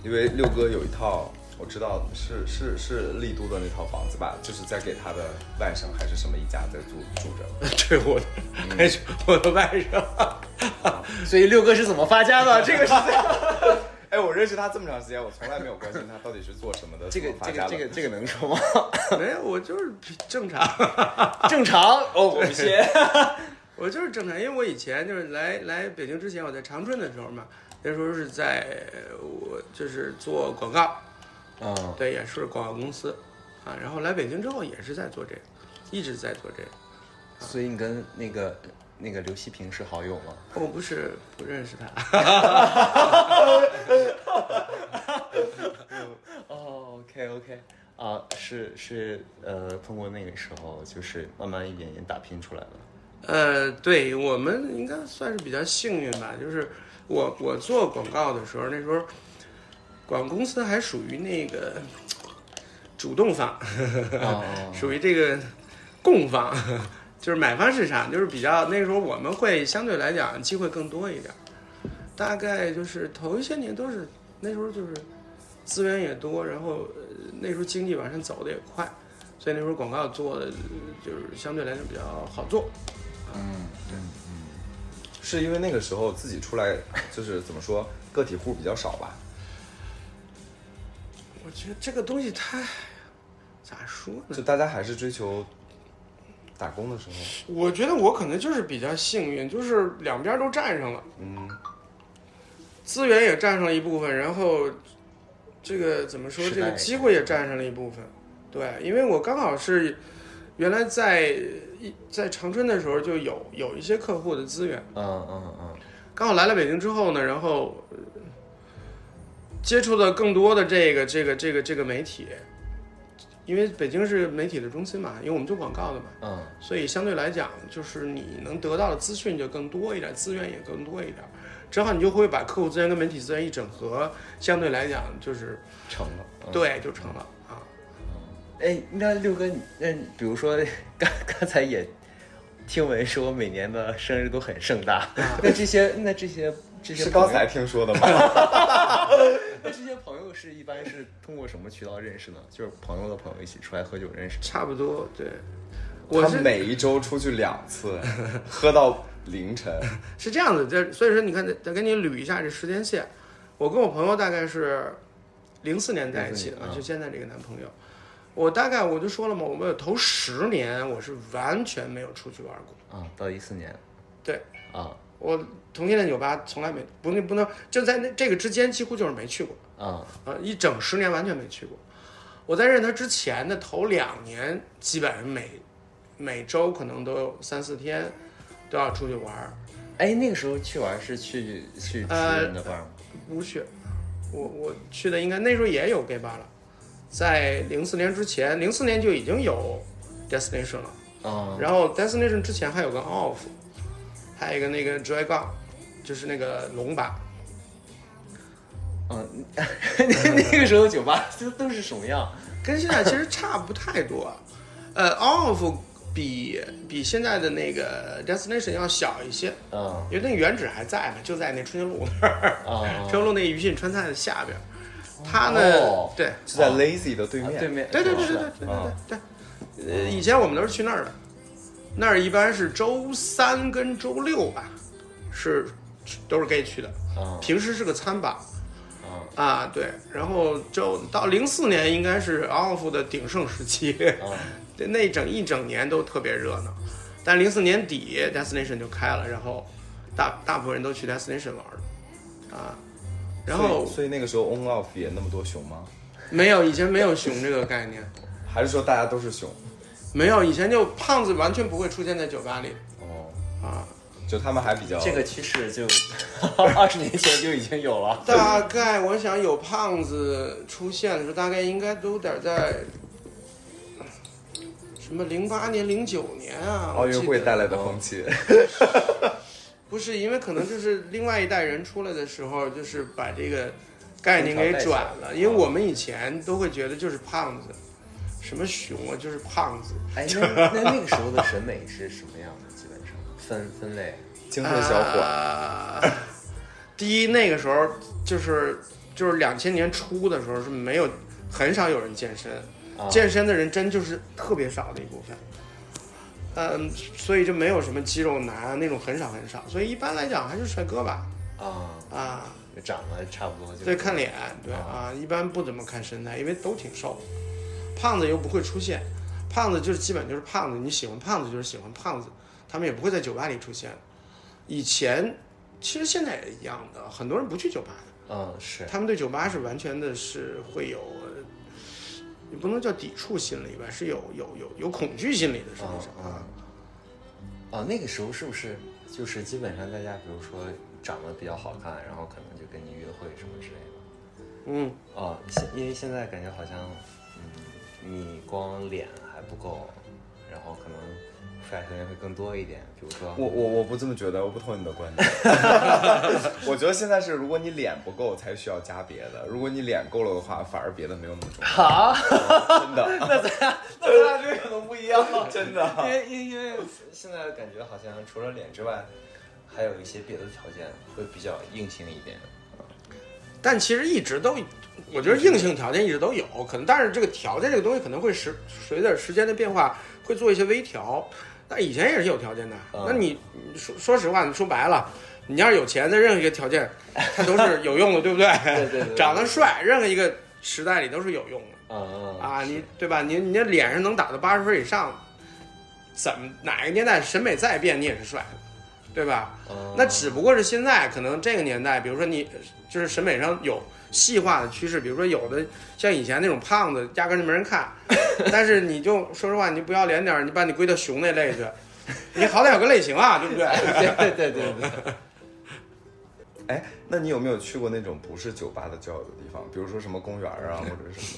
Speaker 1: 因为六哥有一套，我知道是是是丽都的那套房子吧，就是在给他的外甥还是什么一家在住住着。
Speaker 3: 对我的，还是我的外甥，
Speaker 2: 所以六哥是怎么发家的？这个是
Speaker 1: 哎，我认识他这么长时间，我从来没有关心他到底是做什么的，
Speaker 2: 这个
Speaker 1: 怎么发
Speaker 2: 这
Speaker 1: 家
Speaker 2: 个
Speaker 1: 的
Speaker 2: 这个这个能说吗？
Speaker 3: <laughs> 没有，我就是正常， <laughs>
Speaker 2: 正常哦，我不信。
Speaker 3: 我就是正常，因为我以前就是来来北京之前，我在长春的时候嘛，那时候是在我就是做广告，
Speaker 2: 嗯，
Speaker 3: 对，也是广告公司啊，然后来北京之后也是在做这个，一直在做这个，
Speaker 2: 所以你跟那个那个刘希平是好友吗？
Speaker 3: 我不是不认识他，
Speaker 2: 哦，OK OK，啊，是是，呃，通过那个时候就是慢慢一点点打拼出来的。
Speaker 3: 呃，对我们应该算是比较幸运吧，就是我我做广告的时候，那时候广告公司还属于那个主动方。
Speaker 2: 哦，
Speaker 3: 属于这个供方， <laughs> 就是买方市场，就是比较那时候我们会相对来讲机会更多一点儿。大概就是头一些年都是那时候就是资源也多，然后呃那时候经济往上走的也快，所以那时候广告做的呃就是相对来讲比较好做。
Speaker 1: 是因为那个时候自己出来，就是怎么说，个体户比较少吧。
Speaker 3: 我觉得这个东西它咋说呢？
Speaker 1: 就大家还是追求打工的时候，
Speaker 3: 我觉得我可能就是比较幸运，就是两边都占上了。
Speaker 1: 嗯，
Speaker 3: 资源也占上了一部分，然后这个怎么说，
Speaker 2: 时代
Speaker 3: 这
Speaker 2: 也
Speaker 3: 个机会也占上了一部分。对，因为我刚好是原来在一在长春的时候就有有一些客户的资源，
Speaker 2: <laughs> 嗯嗯嗯，
Speaker 3: 刚好来了北京之后呢，然后呃接触的更多的这个这个这个这个媒体，因为北京是媒体的中心嘛，因为我们做广告的嘛，
Speaker 2: 嗯，
Speaker 3: 所以相对来讲，就是你能得到的资讯就更多一点，资源也更多一点，正好你就会把客户资源跟媒体资源一整合，相对来讲就是
Speaker 2: 成了。嗯。
Speaker 3: 对就成了啊。
Speaker 2: 哎，那六哥，你那你比如说刚刚才也，听闻说每年的生日都很盛大，那这些那这些这些
Speaker 1: 是
Speaker 2: 朋友
Speaker 1: 刚
Speaker 2: <laughs>
Speaker 1: 才听说的吗？
Speaker 2: 那这些朋友是一般是通过什么渠道认识呢？就是朋友的朋友一起出来喝酒认识。
Speaker 3: 差不多对。我
Speaker 1: 他
Speaker 3: 是
Speaker 1: 每一周出去两次，喝到凌晨。
Speaker 3: 是这样子，这所以说你看，得给你捋一下这时间线。我跟我朋友大概是零四年在一起的
Speaker 2: 04年，啊
Speaker 3: 就现在这个男朋友。我大概我就说了嘛，我们有头十年我是完全没有出去玩过，
Speaker 2: 啊，到一四年，
Speaker 3: 对
Speaker 2: 啊
Speaker 3: 我同性恋酒吧从来没不那不能就在那这个之间几乎就是没去过，
Speaker 2: 啊
Speaker 3: 呃，一整十年完全没去过。我在认识他之前的头两年，基本上每每周可能都有三四天都要出去玩儿，
Speaker 2: 哎，那个时候去玩是去去直人的 bar 吗？
Speaker 3: 不去，我我去的应该那时候也有 gay bar 了，在零四年之前，零四年就已经有 destination 了，
Speaker 2: 啊
Speaker 3: 然后 destination 之前还有个 off，还有一个那个 dragon，就是那个龙吧，
Speaker 2: 嗯， <laughs> 那个时候酒吧都都是什么样？
Speaker 3: 跟现在其实差不太多，呃 off 比比现在的那个 destination 要小一些，
Speaker 2: 嗯
Speaker 3: 因为那个原址还在嘛，就在那春熙路那儿，
Speaker 2: 啊
Speaker 3: 春熙路那鱼信川菜的下边儿，它呢，
Speaker 2: 哦啊
Speaker 3: 对。
Speaker 1: 是在 Lazy 的对面。
Speaker 2: 对面
Speaker 3: 对对对
Speaker 2: 是
Speaker 3: 对
Speaker 2: 的
Speaker 3: 对对对对对，呃，以前我们都是去那儿的，那儿一般是周三跟周六吧，是都是 gay 去的，
Speaker 2: 啊
Speaker 3: 平时是个餐吧，
Speaker 2: 啊
Speaker 3: 啊对，然后就到零四年应该是 off 的鼎盛时期，
Speaker 2: 啊
Speaker 3: 对 <laughs> 那一整一整年都特别热闹，但零四年底 destination 就开了，然后大大部分人都去 destination 玩了，啊，然后
Speaker 1: 所以所以那个时候 On Off 也那么多熊吗？
Speaker 3: 没有以前没有熊这个概念。
Speaker 1: 还是说大家都是熊？
Speaker 3: 没有，以前就胖子完全不会出现在酒吧里
Speaker 1: 哦，
Speaker 3: 啊。
Speaker 1: 就他们还比较
Speaker 2: 这个趋势就二十年前就已经有了。
Speaker 3: 大概我想有胖子出现的时候，大概应该都得在什么零八年、零九年啊，
Speaker 1: 奥运
Speaker 3: 我
Speaker 1: 会
Speaker 3: 记得
Speaker 1: 带来的风 <laughs> 气。
Speaker 3: 不是因为可能就是另外一代人出来的时候，就是把这个概念给转了，因为
Speaker 1: 啊
Speaker 3: 我们以前都会觉得就是胖子，什么熊啊，就是胖子。
Speaker 2: 哎，那那那个时候的审美是什么样的？基本上分分类
Speaker 1: 精神小伙，
Speaker 3: 啊 <laughs> 第一，那个时候就是就是两千年初的时候是没有很少有人健身，
Speaker 2: 啊
Speaker 3: 健身的人真就是特别少的一部分。嗯，所以就没有什么肌肉男啊那种很少很少，所以一般来讲还是帅哥吧。
Speaker 2: 啊，
Speaker 3: 啊，
Speaker 2: 长得差不多就
Speaker 3: 对，看脸，对啊，一般不怎么看身材，因为都挺瘦，胖子又不会出现，胖子就是基本就是胖子，你喜欢胖子就是喜欢胖子，他们也不会在酒吧里出现。以前其实现在也一样的，很多人不去酒吧的，
Speaker 2: 嗯是
Speaker 3: 他们对酒吧是完全的是会有，呃也不能叫抵触心理吧，是有有有有恐惧心理的，实际上啊。
Speaker 2: 啊，那个时候是不是就是基本上大家比如说长得比较好看，然后可能就跟你约会什么之类的。
Speaker 3: 嗯，
Speaker 2: 哦，现因为现在感觉好像，嗯，你光脸还不够，然后可能帅条件会更多一点，比如说， <laughs>
Speaker 1: 我我我不这么觉得，我不同意你的观点。我觉得现在是，如果你脸不够，才需要加别的；如果你脸够了的话，反而别的没有那么重要。真的，
Speaker 2: 那咱俩这可能不一样，
Speaker 1: 真的。
Speaker 2: <laughs> 因为因为因为现在感觉好像除了脸之外，还有一些别的条件会比较硬性一点。
Speaker 3: 但其实一直都，我觉得硬性条件一直都有，可能但是这个条件这个东西可能会时随着时间的变化会做一些微调。但以前也是有条件的，
Speaker 2: 嗯
Speaker 3: 那你你说说实话，你说白了，你要是有钱，在任何一个条件，它都是有用的，对不对？
Speaker 2: <laughs> 对对对，
Speaker 3: 长得帅，任何一个时代里都是有用的
Speaker 2: 嗯，嗯
Speaker 3: 啊，你对吧？你你这脸上能打到八十分以上，怎么哪个年代审美再变，你也是帅的，对吧？
Speaker 2: <laughs> 嗯
Speaker 3: 那只不过是现在可能这个年代，比如说你就是审美上有细化的趋势，比如说有的像以前那种胖子压根就没人 <laughs> 看，但是你就说实话，你就不要脸点儿，你把你归到熊那类去，你好歹有个类型啊，对不对？
Speaker 2: 对对对对对，
Speaker 1: 哎， <laughs> 那你有没有去过那种不是酒吧的交友的地方？比如说什么公园啊，或者是什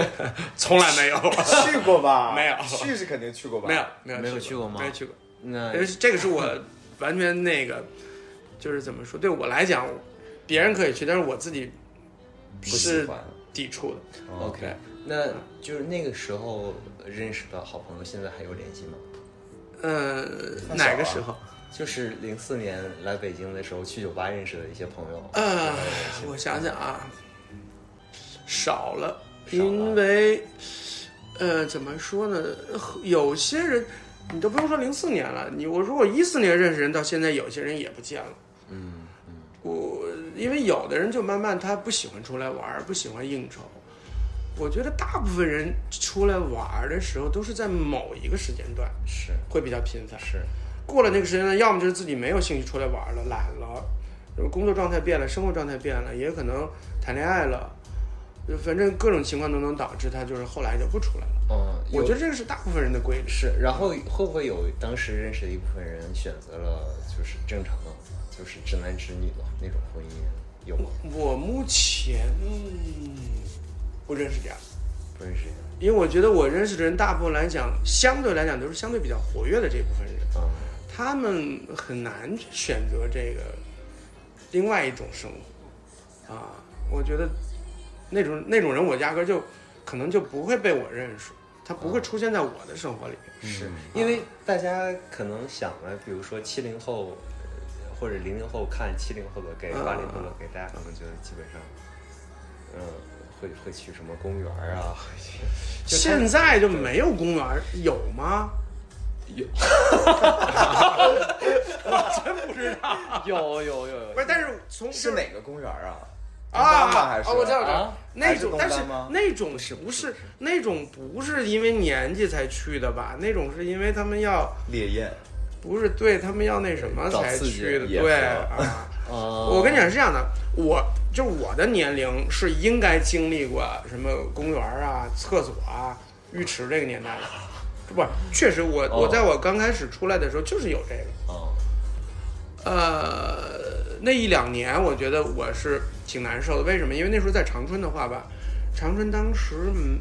Speaker 1: 么？
Speaker 3: <laughs> 从来没有，
Speaker 1: 去过吧？
Speaker 3: 没有
Speaker 1: <laughs> 去是肯定去过吧？
Speaker 3: <laughs> 没 <laughs> 有，没有
Speaker 2: 没有
Speaker 3: 去
Speaker 2: 去过吗
Speaker 3: 没有去过，
Speaker 2: <laughs> 那
Speaker 3: 因为这个是我完全那个，就是怎么说，对我来讲，别人可以去，但是我自己
Speaker 1: 不喜
Speaker 3: 是
Speaker 1: 欢。
Speaker 3: 抵触的。
Speaker 1: 哦
Speaker 2: OK，那就是那个时候认识的好朋友，现在还有联系吗？
Speaker 3: 呃，哪个时候？
Speaker 2: 就是零四年来北京的时候，去酒吧认识的一些朋友。
Speaker 3: 呃，我想想啊，少了，因为呃，怎么说呢？有些人，你都不用说零四年了，你我如果一四年认识人，到现在有些人也不见了。
Speaker 2: 嗯，
Speaker 3: 我因为有的人就慢慢他不喜欢出来玩儿，不喜欢应酬。我觉得大部分人出来玩儿的时候，都是在某一个时间段
Speaker 2: 是
Speaker 3: 会比较频繁。
Speaker 2: 是，
Speaker 3: 过了那个时间段，要么就是自己没有兴趣出来玩儿了，懒了，呃工作状态变了，生活状态变了，也可能谈恋爱了，呃反正各种情况都能导致他就是后来就不出来了。
Speaker 2: 嗯，
Speaker 3: 我觉
Speaker 2: 得
Speaker 3: 得这个是大部分人的规律。
Speaker 2: 是。然后会不会有当时认识的一部分人选择了就是正常的，就是直男直女的那种婚姻？有吗？
Speaker 3: 我目前嗯不认识这样的。
Speaker 2: 不认识人。
Speaker 3: 因为我觉得我认识的人大部分来讲，相对来讲都是相对比较活跃的这部分人，
Speaker 2: 嗯，
Speaker 3: 他们很难选择这个另外一种生活啊。我觉得那种那种人，我压根儿就可能就不会被我认识，他不会出现在我的生活里。
Speaker 2: 是因为大家可能想了，比如说七零后呃或者零零后看七零后的给
Speaker 3: 嗯
Speaker 2: 八零后的给，大家可能觉得基本上，嗯，会会去什么公园儿 <laughs> 啊，会去就他
Speaker 3: 现在就没有公园儿，有吗？ <laughs>
Speaker 4: 有有有有
Speaker 3: 不是，但是从
Speaker 1: 是哪个公园啊？
Speaker 3: 啊
Speaker 1: 东单吗还是
Speaker 3: 啊，我知道，我知道
Speaker 4: 啊，
Speaker 3: 那种，
Speaker 1: 还是东单
Speaker 3: 但是
Speaker 1: 吗
Speaker 3: 那种不是不是那种不是因为年纪才去的吧？那种是因为他们要
Speaker 1: 烈焰。
Speaker 3: 不是对他们要那什么
Speaker 1: 找
Speaker 3: 才
Speaker 1: 刺激
Speaker 3: 去的，
Speaker 1: 也哦
Speaker 3: 对
Speaker 1: 是 <laughs>
Speaker 3: 啊。
Speaker 4: 啊，
Speaker 3: 我跟你讲是这样的，我就我的年龄是应该经历过什么公园啊、厕所啊、浴池这个年代的，不是？确实我，
Speaker 1: 哦
Speaker 3: 我在我刚开始出来的时候就是有这个。
Speaker 1: 嗯
Speaker 2: 哦，
Speaker 3: 呃，那一两年，我觉得我是挺难受的。为什么？因为那时候在长春的话吧，长春当时嗯，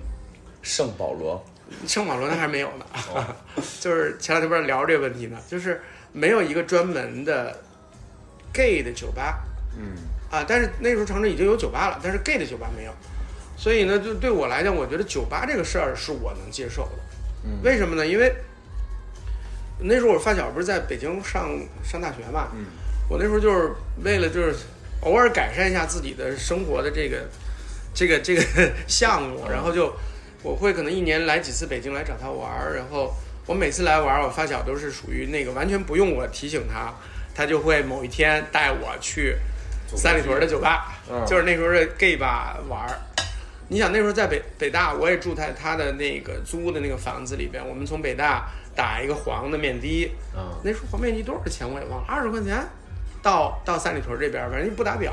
Speaker 1: 圣保罗，
Speaker 3: 圣保罗那还没有呢，
Speaker 1: 哦
Speaker 3: <laughs> 就是前两天不是聊这个问题呢，就是没有一个专门的 gay 的酒吧
Speaker 1: 嗯，
Speaker 3: 啊。但是那时候长春已经有酒吧了，但是 gay 的酒吧没有。所以呢，就对我来讲，我觉得酒吧这个事儿是我能接受的。
Speaker 1: 嗯
Speaker 3: 为什么呢？因为那时候我发小不是在北京上上大学嘛，
Speaker 1: 嗯
Speaker 3: 我那时候就是为了就是偶尔改善一下自己的生活的这个这个这 <laughs> 个项目，然后就我会可能一年来几次北京来找他玩儿，然后我每次来玩儿，我发小都是属于那个完全不用我提醒他，他就会某一天带我去三里屯的酒吧，就是那时候的 gay 吧玩儿。你想那时候在北北大，我也住在他的那个租的那个房子里边，我们从北大打一个黄的面的，
Speaker 2: 嗯，
Speaker 3: 那时候黄面的多少钱我也忘了，二十块钱，到到三里屯这边，反正不打表，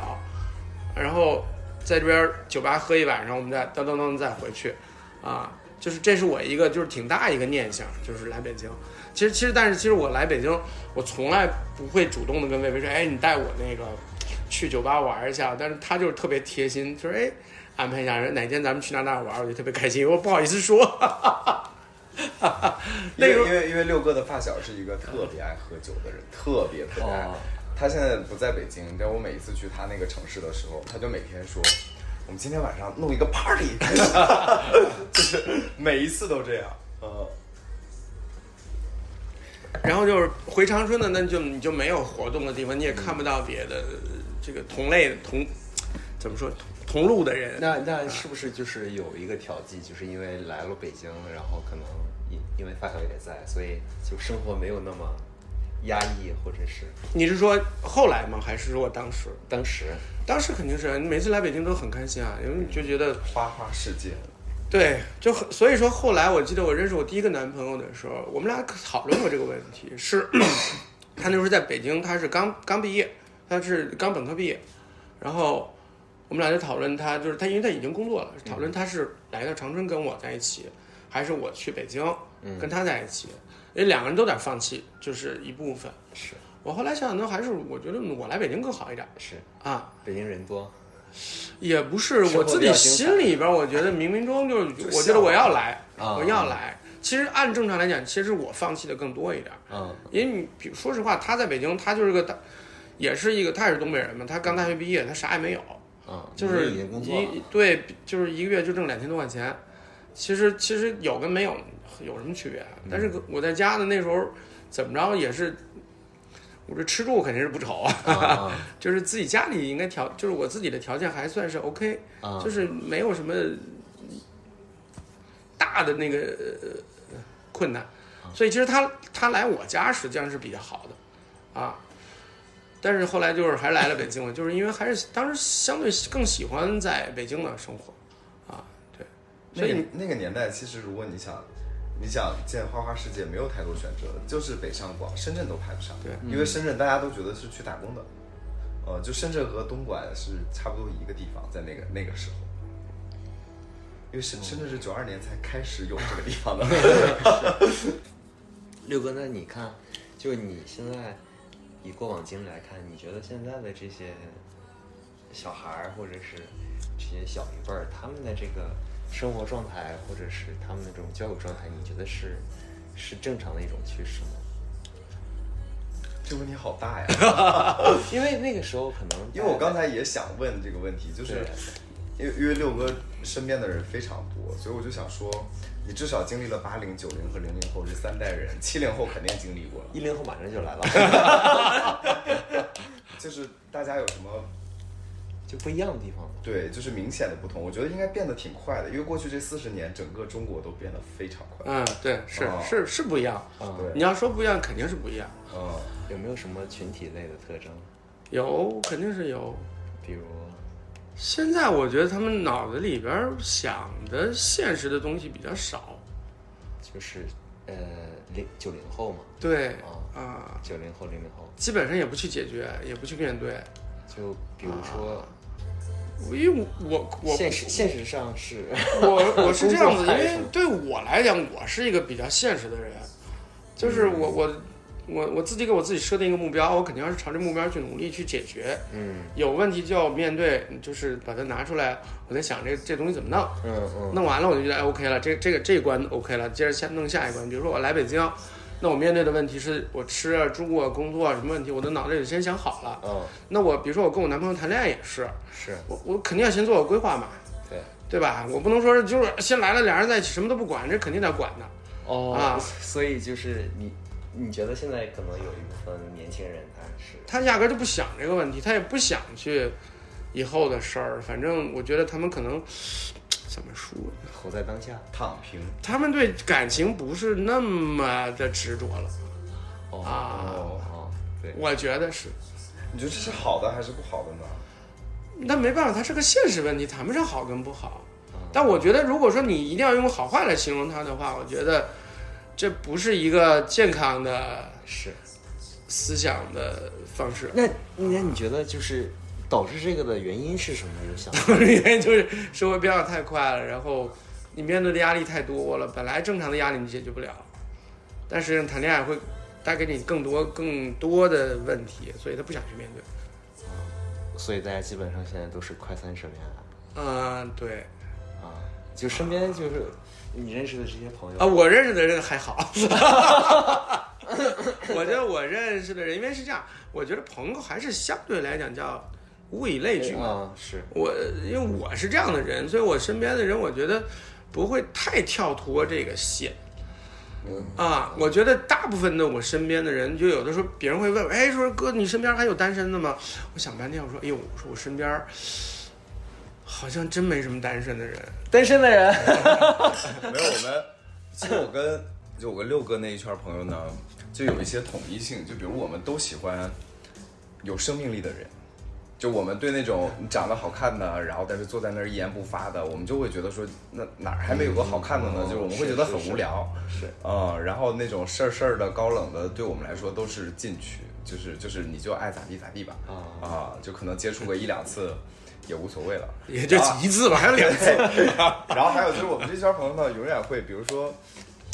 Speaker 3: 然后在这边酒吧喝一晚上，我们再噔噔噔再回去，啊，就是这是我一个就是挺大一个念想，就是来北京。其实其实但是其实我来北京，我从来不会主动的跟薇薇说，哎，你带我那个去酒吧玩一下，但是她就是特别贴心，就是哎安排一下，哪天咱们去哪哪玩，我就特别开心，我不好意思说。 <laughs>
Speaker 1: 因
Speaker 3: 那
Speaker 1: 为
Speaker 3: 时候
Speaker 1: 因为因为六哥的发小是一个特别爱喝酒的人，特别特别爱。他现在不在北京，你知道我每一次去他那个城市的时候，他就每天说，我们今天晚上弄一个 party，就是每一次都这样。嗯，
Speaker 3: 然后就是回长春的，那就你就没有活动的地方，你也看不到别的呃这个同类的同怎么说同同路的人。
Speaker 2: 那那是不是就是有一个调剂，就是因为来了北京，然后可能因因为发小也在，所以就生活没有那么压抑，或者是
Speaker 3: 你是说后来吗？还是说当时？
Speaker 2: 当时
Speaker 3: 当时肯定是你每次来北京都很开心啊，因为你就觉得
Speaker 1: 花花世界，
Speaker 3: 对，就很所以说后来我记得我认识我第一个男朋友的时候，我们俩讨论过这个问题，是 <clears throat> 他那时候在北京，他是刚刚毕业，他是刚本科毕业，然后我们俩就讨论他就是他，因为他已经工作了，讨论他是来到长春跟我在一起，还是我去北京跟他在一起，因为两个人都得放弃，就是一部分。
Speaker 2: 是
Speaker 3: 我后来想想，那还是我觉得我来北京更好一点
Speaker 2: 是
Speaker 3: 啊，
Speaker 2: 北京人多，
Speaker 3: 也不是
Speaker 2: 生活
Speaker 3: 我自
Speaker 2: 比
Speaker 3: 己
Speaker 2: 较
Speaker 3: 心里边，我觉得冥冥中
Speaker 2: <laughs>
Speaker 3: 就是，我觉得我要来，
Speaker 2: 啊
Speaker 3: 我要来。其实按正常来讲，其实我放弃的更多一点，
Speaker 2: 嗯
Speaker 3: 因为你比如说实话，他在北京，他就是个大，也是一个，他也是东北人嘛，他刚大学毕业，他啥也没有，
Speaker 2: 嗯，
Speaker 3: 就是
Speaker 2: 你已经工作了
Speaker 3: 一对，就是一个月就挣两千多块钱。其实其实有跟没有有什么区别啊？
Speaker 2: 嗯
Speaker 3: 但是我在家的那时候，怎么着也是，我这吃住肯定是不愁啊，
Speaker 2: <laughs>
Speaker 3: <laughs>
Speaker 2: 啊
Speaker 3: 就是自己家里应该条，就是我自己的条件还算是 OK，
Speaker 2: 啊
Speaker 3: 就是没有什么大的那个呃困难，所以其实他他来我家实际上是比较好的，啊，但是后来就是还是来了北京了，就是因为还是当时相对更喜欢在北京的生活，啊，对，所
Speaker 1: 那
Speaker 3: 以
Speaker 1: 个
Speaker 3: 你
Speaker 1: 那个年代，其实如果你想，你想见花花世界，没有太多选择，就是北上广，深圳都排不上。
Speaker 3: 对，
Speaker 1: 因为深圳大家都觉得是去打工的，呃，就深圳和东莞是差不多一个地方，在那个那个时候。因为深深圳是九二年才开始有这个地方的， <laughs>
Speaker 2: 六哥，那你看，就你现在以过往经历来看，你觉得现在的这些小孩儿，或者是这些小一辈儿，他们的这个生活状态，或者是他们的这种交友状态，你觉得是是正常的一种趋势吗？ <coughs>
Speaker 1: 这问题好大呀！
Speaker 3: <laughs>
Speaker 2: 因为那个时候可能
Speaker 1: 因为我刚才也想问这个问题，就是
Speaker 2: 对
Speaker 1: 因为因为六哥身边的人非常多，所以我就想说，你至少经历了八零、九零和零零后这三代人，七零后肯定经历过了。
Speaker 2: 一零后马上就来了，
Speaker 1: <laughs> 就是大家有什么
Speaker 2: 就不一样的地方了。
Speaker 1: 对，就是明显的不同。我觉得应该变得挺快的，因为过去这四十年，整个中国都变得非常快。
Speaker 3: 嗯，对，是
Speaker 1: 哦
Speaker 3: 是是不一样，
Speaker 2: 啊、
Speaker 1: 对
Speaker 3: 你要说不一样，肯定是不一样，
Speaker 1: 嗯，
Speaker 2: 有没有什么群体类的特征？
Speaker 3: 有肯定是有，
Speaker 2: 比如
Speaker 3: 现在我觉得他们脑子里边儿想的现实的东西比较少，
Speaker 2: 就是呃零九零后嘛，
Speaker 3: 对
Speaker 2: 啊、
Speaker 3: 啊，
Speaker 2: 九零后零零后，
Speaker 3: 基本上也不去解决，也不去面对。
Speaker 2: 就比如说。
Speaker 3: 因为我我
Speaker 2: 现实现实上是，
Speaker 3: 我我是这样
Speaker 2: 工作
Speaker 3: 子，因
Speaker 2: 态
Speaker 3: 为
Speaker 2: 度
Speaker 3: 对我来讲，我是一个比较现实的人，就是
Speaker 2: 嗯
Speaker 3: 我我我我自己给我自己设定一个目标，我肯定要是朝这目标去努力去解决。
Speaker 2: 嗯
Speaker 3: 有问题就要面对，就是把它拿出来，我在想这这东西怎么弄。
Speaker 2: <laughs> 嗯嗯，
Speaker 3: 弄完了我就觉得哎 OK 了，这这个这一关 OK 了，接着下弄下一关。比如说我来北京，那我面对的问题是我吃啊、住啊、工作啊什么问题，我的脑袋里先想好了。
Speaker 2: 嗯
Speaker 3: 那我比如说我跟我男朋友谈恋爱也是，
Speaker 2: 是，
Speaker 3: 我我肯定要先做个规划嘛，
Speaker 2: 对，
Speaker 3: 对吧？我不能说是就是先来了俩人在一起什么都不管，这肯定得管的。
Speaker 2: 哦
Speaker 3: 啊
Speaker 2: 所以就是你，你觉得现在可能有一部分年轻人他是，
Speaker 3: 他压根儿就不想这个问题，他也不想去以后的事儿。反正我觉得他们可能怎么说，
Speaker 2: 活在当下，
Speaker 1: 躺平。
Speaker 3: 他们对感情不是那么的执着了。
Speaker 2: 哦
Speaker 3: 啊
Speaker 2: 哦，对，
Speaker 3: 我觉得是，
Speaker 1: 你觉得这是好的还是不好的呢？
Speaker 3: 那没办法，它是个现实问题，谈不上好跟不好
Speaker 2: 嗯。
Speaker 3: 但我觉得，如果说你一定要用好坏来形容它的话，我觉得这不是一个健康的
Speaker 2: 是。
Speaker 3: 思想的方式。 <laughs>
Speaker 2: 那那你觉得就是导致这个的原因是什么？有想法
Speaker 3: 因为就是生活变化太快了，然后你面对的压力太多了，本来正常的压力你解决不了，但是谈恋爱会带给你更多更多的问题，所以他不想去面对。
Speaker 2: 所以大家基本上现在都是快三十恋爱
Speaker 3: 嗯，对
Speaker 2: 啊，就身边就是你认识的这些朋友
Speaker 3: 啊，我认识的人还好，我觉得我认识的人，因为是这样，我觉得朋友还是相对来讲叫物以类聚嘛。
Speaker 2: 啊是
Speaker 3: 我因为我是这样的人，所以我身边的人，我觉得不会太跳脱这个线。啊，我觉得大部分的我身边的人，就有的时候别人会问我，哎，说哥，你身边还有单身的吗？我想半天，我说，哎呦，我说我身边好像真没什么单身的人。
Speaker 2: 单身的人，
Speaker 1: <laughs> 没有，我们其实我跟就我跟六哥那一圈朋友呢，就有一些统一性，就比如我们都喜欢有生命力的人。就我们对那种长得好看的，然后但是坐在那儿一言不发的，我们就会觉得说，那哪儿还没有个好看的呢？
Speaker 2: 嗯
Speaker 1: 就是我们
Speaker 2: 是
Speaker 1: 会觉得
Speaker 2: 是
Speaker 1: 很
Speaker 2: 是
Speaker 1: 无聊。
Speaker 2: 是
Speaker 1: 嗯，然后那种事儿事儿的高冷的，对我们来说都是禁区，就是就是你就爱咋地咋地吧，
Speaker 2: 啊
Speaker 1: 就可能接触个一两次也无所谓了，啊
Speaker 3: 也就一次吧，还有两次。
Speaker 1: 然后还有就是我们这圈朋友呢，永远会，比如说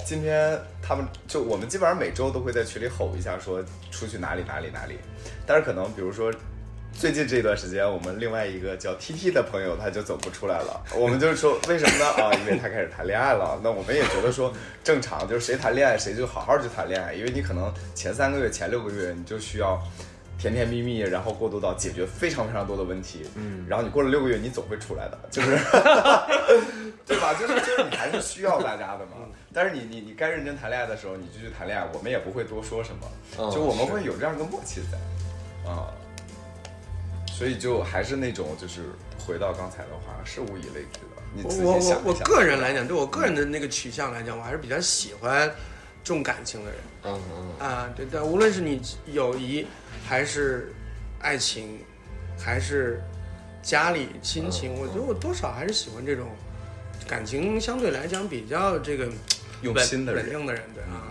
Speaker 1: 今天他们就我们基本上每周都会在群里吼一下，说出去哪里哪里哪里。但是可能比如说最近这段时间，我们另外一个叫 TT 的朋友他就走不出来了。我们就是说为什么呢？啊，因为他开始谈恋爱了。那我们也觉得说正常，就是谁谈恋爱谁就好好去谈恋爱，因为你可能前三个月、前六个月你就需要。甜甜蜜蜜，然后过渡到解决非常非常多的问题，嗯，然后你过了六个月，你总会出来的，就是对吧？就是就是你还是需要大家的嘛。但是你你你该认真谈恋爱的时候，你就去谈恋爱，我们也不会多说什么，
Speaker 2: 嗯
Speaker 1: 就我们
Speaker 2: 是
Speaker 1: 会有这样一个默契在啊。所以就还是那种，就是回到刚才的话，是物以类聚的。你
Speaker 3: 我
Speaker 1: 自
Speaker 3: 我
Speaker 1: 己想一
Speaker 3: 我我
Speaker 1: 想嗯
Speaker 3: 个人来讲，对我个人的那个取向来讲，我还是比较喜欢重感情的人
Speaker 2: 嗯嗯，
Speaker 3: 啊。对对，无论是你友谊，还是爱情，还是家里
Speaker 1: 嗯
Speaker 3: 亲情，我觉得我多少还是喜欢这种感情相对来讲比较这个
Speaker 1: 用
Speaker 3: 稳
Speaker 1: 心的
Speaker 3: 稳
Speaker 1: 人，嗯
Speaker 3: 定的人，对啊。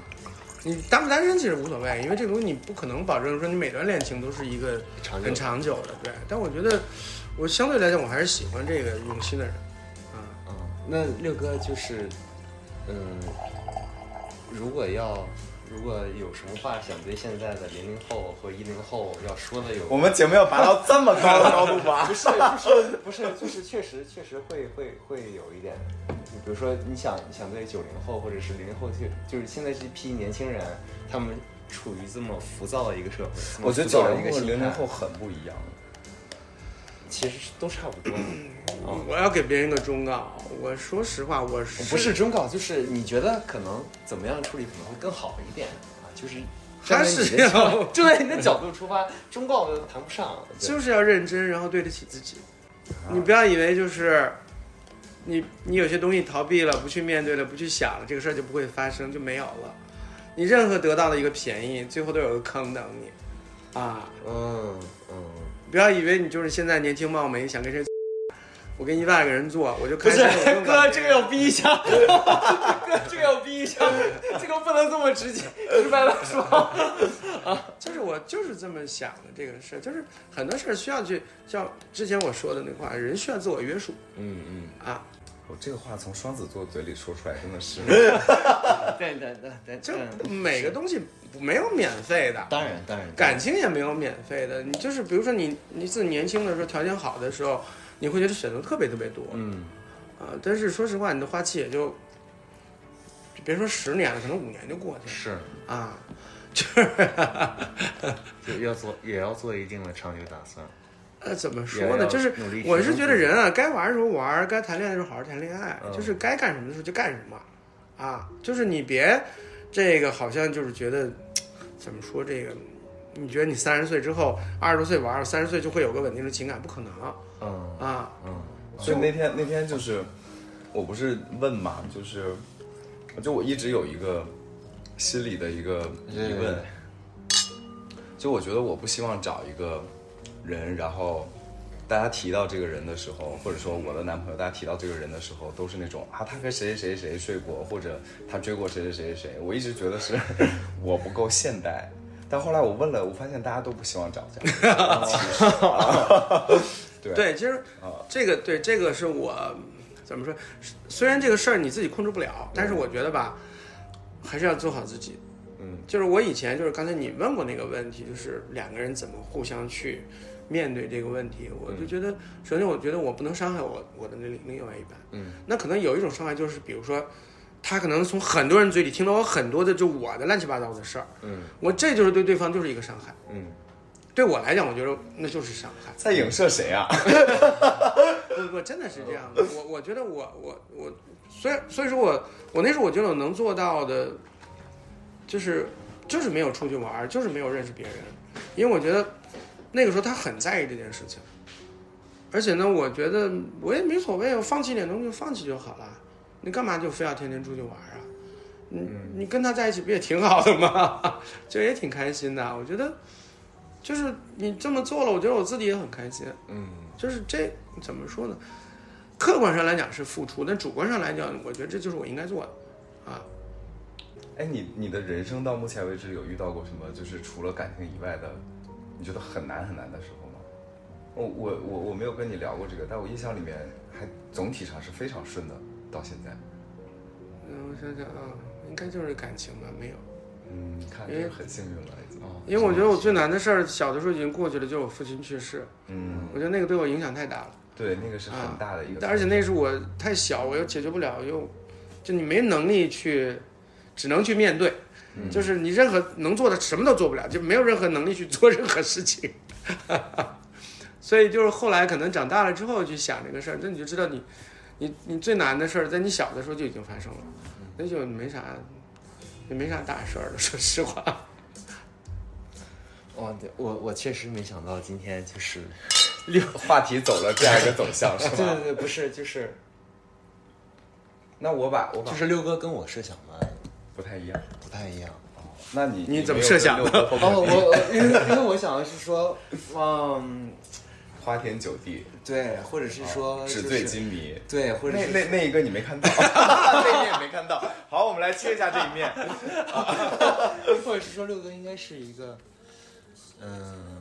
Speaker 3: 你单不单身其实无所谓，因为这个东西你不可能保证说你每段恋情都是一个
Speaker 2: 长久
Speaker 3: 很长久的，对。但我觉得我相对来讲，我还是喜欢这个用心的人，啊。
Speaker 2: 嗯，那六哥就是，嗯，如果要如果有什么话想对现在的零零后和一零后要说的有，
Speaker 1: 我们节目要拔到这么高的高度吗？
Speaker 2: 不是不是不是，就是确实确实会会会有一点，比如说你想你想对九零后或者是零零后，就就是现在这批年轻人，他们处于这么浮躁的一个社会，这么
Speaker 1: 我觉得
Speaker 2: 浮躁
Speaker 1: 九
Speaker 2: 的
Speaker 1: 零
Speaker 2: 一个
Speaker 1: 后和
Speaker 2: 心
Speaker 1: 零零
Speaker 2: 态
Speaker 1: 后很不一样。
Speaker 2: 其实都差不多。啊
Speaker 3: 我要给别人个忠告，我说实话，我是
Speaker 2: 不是忠告，就是你觉得可能怎么样处理可能会更好一点啊？就是
Speaker 3: 还
Speaker 2: 站在
Speaker 3: 是
Speaker 2: 你的角
Speaker 3: 要 <laughs>
Speaker 2: 度对你的角度出发，忠告谈不上。对
Speaker 3: 就是要认真，然后对得起自己。
Speaker 2: 啊
Speaker 3: 你不要以为就是你你有些东西逃避了，不去面对了，不去想这个事儿就不会发生，就没有了。你任何得到的一个便宜，最后都有个坑等你啊！
Speaker 2: 嗯嗯，
Speaker 3: 不要以为你就是现在年轻貌美，想跟谁， <laughs> 我跟一万个人做，我就
Speaker 2: 不
Speaker 3: 开
Speaker 2: 是
Speaker 3: 心。我就
Speaker 2: <laughs> 哥，这个要逼一 <laughs> 下，哥这个要逼一下，这个不能这么直接直白的说。
Speaker 3: 就是我就是这么想的这个事儿，就是很多事儿需要去像之前我说的那话，人需要自我约束
Speaker 2: 嗯嗯，
Speaker 3: 啊。
Speaker 1: 我这个话从双子座嘴里说出来，真的
Speaker 2: <laughs>
Speaker 1: 是
Speaker 2: <laughs> 对对对对，
Speaker 3: 就
Speaker 2: 嗯
Speaker 3: 每个东西不没有免费的，
Speaker 2: 当然当然，
Speaker 3: 感情也没有免费的。你就是比如说你你自己年轻的时候条件好的时候，你会觉得选择特别特别多
Speaker 2: 嗯
Speaker 3: 啊。但是说实话，你的花期也就就别说十年了，可能五年就过去
Speaker 2: 是
Speaker 3: 了啊。
Speaker 2: 就要做也要做一定的长久打算。
Speaker 3: 呃，怎么
Speaker 2: 也
Speaker 3: 说呢？
Speaker 2: 要
Speaker 3: 就是
Speaker 2: 努力
Speaker 3: 我
Speaker 2: 提
Speaker 3: 是
Speaker 2: 升
Speaker 3: 觉得
Speaker 2: 自己
Speaker 3: 人啊，该玩的时候玩，该谈恋爱的时候好好谈恋爱，
Speaker 2: 嗯
Speaker 3: 就是该干什么的时候就干什么，啊，就是你别这个好像就是觉得怎么说这个，你觉得你三十岁之后二十多岁玩，三十岁就会有个稳定的情感，不可能
Speaker 2: 嗯
Speaker 3: 啊。
Speaker 2: 嗯
Speaker 1: 所以那天那天就是，我不是问嘛，就是，就我一直有一个心里的一个疑
Speaker 2: 对对
Speaker 1: 问，就我觉得我不希望找一个人，然后大家提到这个人的时候，或者说我的男朋友，大家提到这个人的时候，都是那种啊，他跟谁谁谁谁睡过，或者他追过谁谁谁谁谁。我一直觉得是
Speaker 2: <laughs>
Speaker 1: 我不够现代。但后来我问了，我发现大家都不希望找这样的
Speaker 2: <laughs>
Speaker 1: 人，其实啊 <laughs> 对
Speaker 3: 对，其实
Speaker 1: 啊
Speaker 3: 这个对这个是我怎么说，虽然这个事儿你自己控制不了，但是我觉得吧，还是要做好自己。
Speaker 1: 嗯，
Speaker 3: 就是我以前就是刚才你问过那个问题，就是两个人怎么互相去面对这个问题，我就觉得，首先我觉得我不能伤害我我的那另另外一半，
Speaker 2: 嗯，
Speaker 3: 那可能有一种伤害就是比如说。他可能从很多人嘴里听到我很多的就我的乱七八糟的事儿，
Speaker 2: 嗯，
Speaker 3: 我这就是对对方就是一个伤害，
Speaker 2: 嗯，
Speaker 3: 对我来讲，我觉得那就是伤害。
Speaker 1: 在影射谁啊？
Speaker 3: <laughs> 不不，真的是这样的。我我觉得我我我，虽然所以说我我那时候我觉得我能做到的，就是就是没有出去玩儿，就是没有认识别人，因为我觉得那个时候他很在意这件事情，而且呢，我觉得我也没所谓，我放弃一点东西就放弃就好了，你干嘛就非要天天出去玩儿啊？你你跟他在一起不也挺好的吗？ <laughs> 就也挺开心的，我觉得。就是你这么做了，我觉得我自己也很开心。
Speaker 2: 嗯
Speaker 3: 就是这怎么说呢？客观上来讲是付出，但主观上来讲，我觉得这就是我应该做的啊。
Speaker 1: 哎，你你的人生到目前为止有遇到过什么，就是除了感情以外的，你觉得很难很难的时候吗？我我我我没有跟你聊过这个，但我印象里面还总体上是非常顺的，到现在。
Speaker 3: 嗯，我想想啊，应该就是感情吧，没有，
Speaker 1: 嗯，你看就是很幸运了已经。
Speaker 2: 哦，
Speaker 3: 因为我觉得我最难的事儿，小的时候已经过去了，就是我父亲去世，
Speaker 1: 嗯，
Speaker 3: 我觉得那个对我影响太大了，
Speaker 1: 对，那个是很大的一个。
Speaker 2: 啊
Speaker 3: 但而且那时候我太小，我又解决不了，又就你没能力去，只能去面对。就是你任何能做的什么都做不了，就没有任何能力去做任何事情。 <laughs> 所以就是后来可能长大了之后去想这个事儿，那你就知道你你你最难的事儿，在你小的时候就已经发生了，那就没啥，也没啥大事儿了。说实话，
Speaker 2: 哇，对我我确实没想到今天 <laughs> 就是，
Speaker 1: 话题走了这样一个走向是
Speaker 2: 对
Speaker 1: 吧？
Speaker 2: 对对，不是 <laughs> 就是
Speaker 1: 那我把我把
Speaker 2: 就是六哥跟我设想的
Speaker 1: 不太一样，
Speaker 2: 不太一样。
Speaker 1: 那你
Speaker 3: 你怎么
Speaker 1: 没有
Speaker 3: 设想
Speaker 1: 跟六哥
Speaker 2: 哦， <laughs>
Speaker 1: 后面
Speaker 2: 我因为因为我想的是说，嗯，
Speaker 1: 花天酒地，
Speaker 2: 对，或者是说
Speaker 1: 哦纸
Speaker 2: 呃就
Speaker 1: 醉
Speaker 2: 是
Speaker 1: 金迷。
Speaker 2: 对，或者
Speaker 1: 那
Speaker 2: 是
Speaker 1: 那那一个你没看到， <laughs> 那一面也没看到。好，我们来切一下这一面。
Speaker 2: <laughs> 或者是说六哥应该是一个，嗯、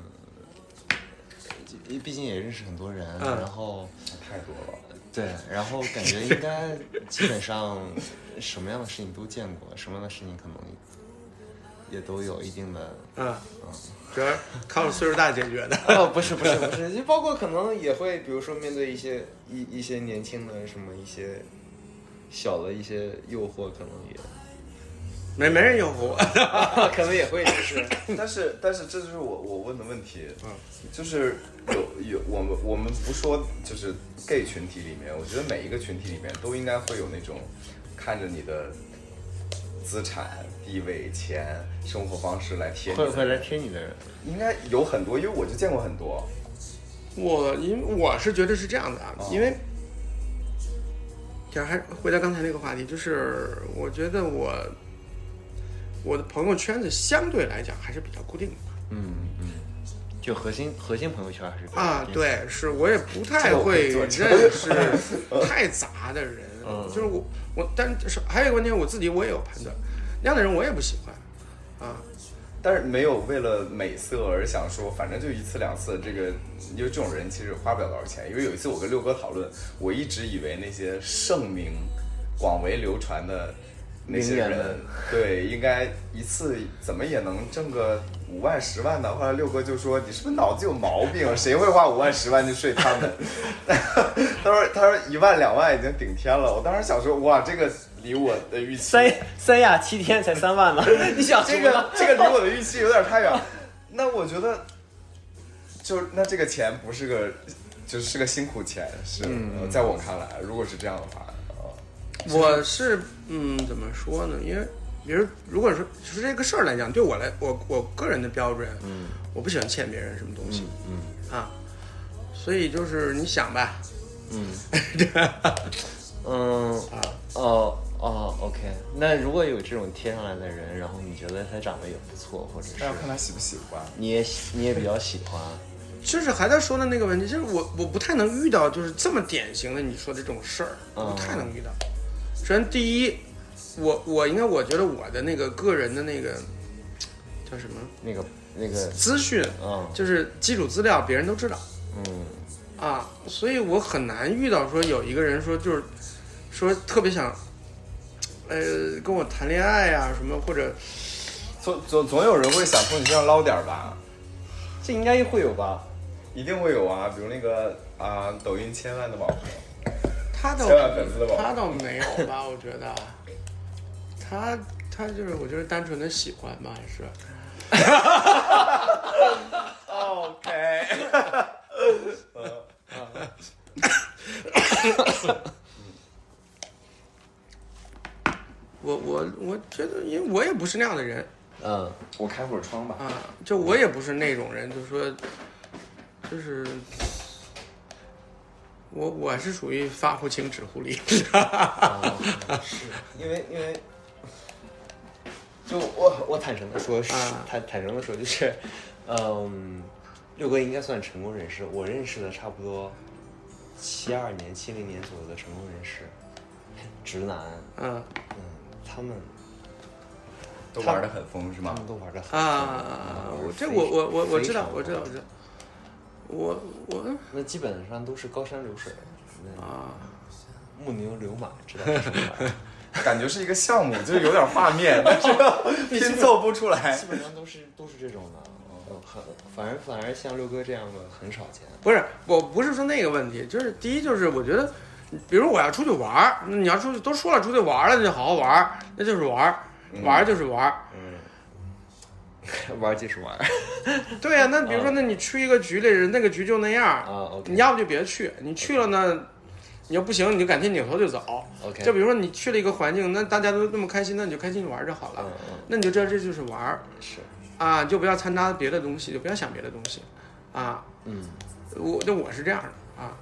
Speaker 2: 毕竟也认识很多人，
Speaker 3: 嗯
Speaker 2: 然后
Speaker 1: 太多了，
Speaker 2: 对，然后感觉应该基本上什么样的事情都见过，什么样的事情可能也都有一定的。
Speaker 3: 嗯，主要是靠岁数大解决的。
Speaker 2: <laughs> 哦，不是不是不是，就包括可能也会，比如说面对一些一一些年轻的什么一些小的一些诱惑，可能 <laughs> 也
Speaker 3: 没没人诱惑我，
Speaker 2: 啊可能也会 <laughs> 就是
Speaker 1: <laughs> 但是但是这就是我我问的问题，
Speaker 3: 嗯，
Speaker 1: 就是有有我们我们不说就是 gay 群体里面，我觉得每一个群体里面都应该会有那种看着你的资产、地位、钱、生活方式来贴你的，
Speaker 2: 会会来贴你的人。
Speaker 1: 应该有很多，因为我就见过很多，
Speaker 3: 我因为我是觉得是这样的啊，
Speaker 1: 哦
Speaker 3: 因为，这还回到刚才那个话题，就是我觉得我我的朋友圈子相对来讲还是比较固定的
Speaker 2: 嗯，嗯，就核心核心朋友圈还是比较
Speaker 3: 啊，
Speaker 2: 低，
Speaker 3: 对，是我也不
Speaker 1: 这
Speaker 3: 太
Speaker 1: 个我可
Speaker 3: 会
Speaker 1: 以作
Speaker 3: 认
Speaker 1: 证 <laughs> 嗯
Speaker 3: 识太杂的人，就是我我，但是还有一个问题，我自己我也有判断，那样的人我也不喜欢啊，
Speaker 1: 但是没有为了美色而想说，反正就一次两次，这个因为这种人其实花不了多少钱。因为有一次我跟六哥讨论，我一直以为那些盛名广为流传的那些
Speaker 2: 名媛
Speaker 1: 人
Speaker 2: 们，
Speaker 1: 对，应该一次怎么也能挣个五万十万的。后来六哥就说：“你是不是脑子有毛病？谁会花五万十万去睡他们？” <laughs> 他说：“他说一万两万已经顶天了。”我当时想说：“哇，这个离我的预期
Speaker 4: 三 <laughs> 三亚七天才三
Speaker 2: <laughs>
Speaker 4: 万呢，你想什
Speaker 1: <laughs> 这
Speaker 4: 么
Speaker 1: 个
Speaker 4: 呢？
Speaker 1: 这个离我的预期有点太远。那我觉得，就那这个钱不是个，就是个辛苦钱，是、
Speaker 2: 嗯
Speaker 1: 呃在我看来，如果是这样的话，呃
Speaker 3: 我是嗯，怎么说呢？因为比如如果说就是这个事儿来讲，对我来我我个人的标准，嗯，我不喜欢欠别人什么东西，嗯啊，所以就是你想吧，
Speaker 2: <laughs> 嗯，哦哦，OK。那如果有这种贴上来的人，然后你觉得他长得也不错，或者是
Speaker 1: 那要看他喜不喜欢。
Speaker 2: 你也喜你也比较喜欢，
Speaker 3: 就是还在说的那个问题，就是我我不太能遇到就是这么典型的你说的这种事儿，不太能遇到。首先第一，我我应该我觉得我的那个个人的那个叫什么
Speaker 2: 那个那 <laughs> 个，
Speaker 3: 资讯，
Speaker 2: 嗯
Speaker 3: 就是基础资料，别人都知道。
Speaker 2: 嗯
Speaker 3: 啊，所以我很难遇到说有一个人说就是说特别想，呃，跟我谈恋爱啊什么，或者
Speaker 1: 总总总有人会想从你身上捞点儿吧，
Speaker 2: 这应该会有吧？
Speaker 1: 一定会有啊，比如那个啊、抖音千万的网红，
Speaker 3: 他倒
Speaker 1: 千万粉丝的网
Speaker 3: 他
Speaker 1: 红，
Speaker 3: 倒没有吧，我觉得他他就是我就是单纯的喜欢吧，还是
Speaker 1: <laughs> OK，
Speaker 3: <laughs> 我我我觉得，因为我也不是那样的人
Speaker 2: 嗯，
Speaker 1: 我开会儿窗吧。
Speaker 3: 啊，就我也不是那种人，就说就是。我我是属于发乎情止乎礼， <laughs>
Speaker 2: 因为因为，就我我坦诚的说，是
Speaker 3: 啊
Speaker 2: 坦坦诚的说，就是， <laughs> 嗯，六哥应该算成功人士，我认识的差不多七二年、七零年左右的成功人士，直男，
Speaker 3: 嗯
Speaker 2: 嗯，他们
Speaker 1: 都玩的很疯是
Speaker 2: 他嗯
Speaker 1: 吗？
Speaker 2: 们都玩的很
Speaker 3: 啊
Speaker 2: 嗯，
Speaker 3: 这
Speaker 2: 非
Speaker 3: 我我我我
Speaker 2: 非
Speaker 3: 知道
Speaker 2: 常，
Speaker 3: 我知道，我知道，我我
Speaker 2: 那基本上都是高山流水，那
Speaker 3: 啊，
Speaker 2: 木牛流马，知道是什么
Speaker 3: <laughs>
Speaker 2: 玩意儿？
Speaker 1: 感觉是一个项目，就是有点画面，但
Speaker 2: <laughs>
Speaker 1: 是拼凑不出来
Speaker 2: 基。本上都是都是这种的，
Speaker 3: 哦
Speaker 2: 嗯很反而反而像六哥这样的很少见。
Speaker 3: 不是，我不是说那个问题，就是第一就是我觉得，比如我要出去玩儿，那你要出去都说了出去玩儿了，那就好好玩儿，那就是玩儿，玩儿就是玩儿。
Speaker 2: <laughs> 玩儿就是玩儿嗯
Speaker 3: 对呀、那比如说，那你去一个局里，人那个局就那样儿，
Speaker 2: 啊，OK，
Speaker 3: 你要不就别去，你去了呢，你要不行，你就赶紧扭头就走。
Speaker 2: OK 嗯
Speaker 3: 就比如说你去了一个环境，那大家都那么开心，那你就开心去玩就好了。
Speaker 2: 嗯
Speaker 3: 那你就知道这就是玩儿
Speaker 2: 是
Speaker 3: 啊，就不要掺杂别的东西，就不要想别的东西啊。嗯，我那我是这样的啊，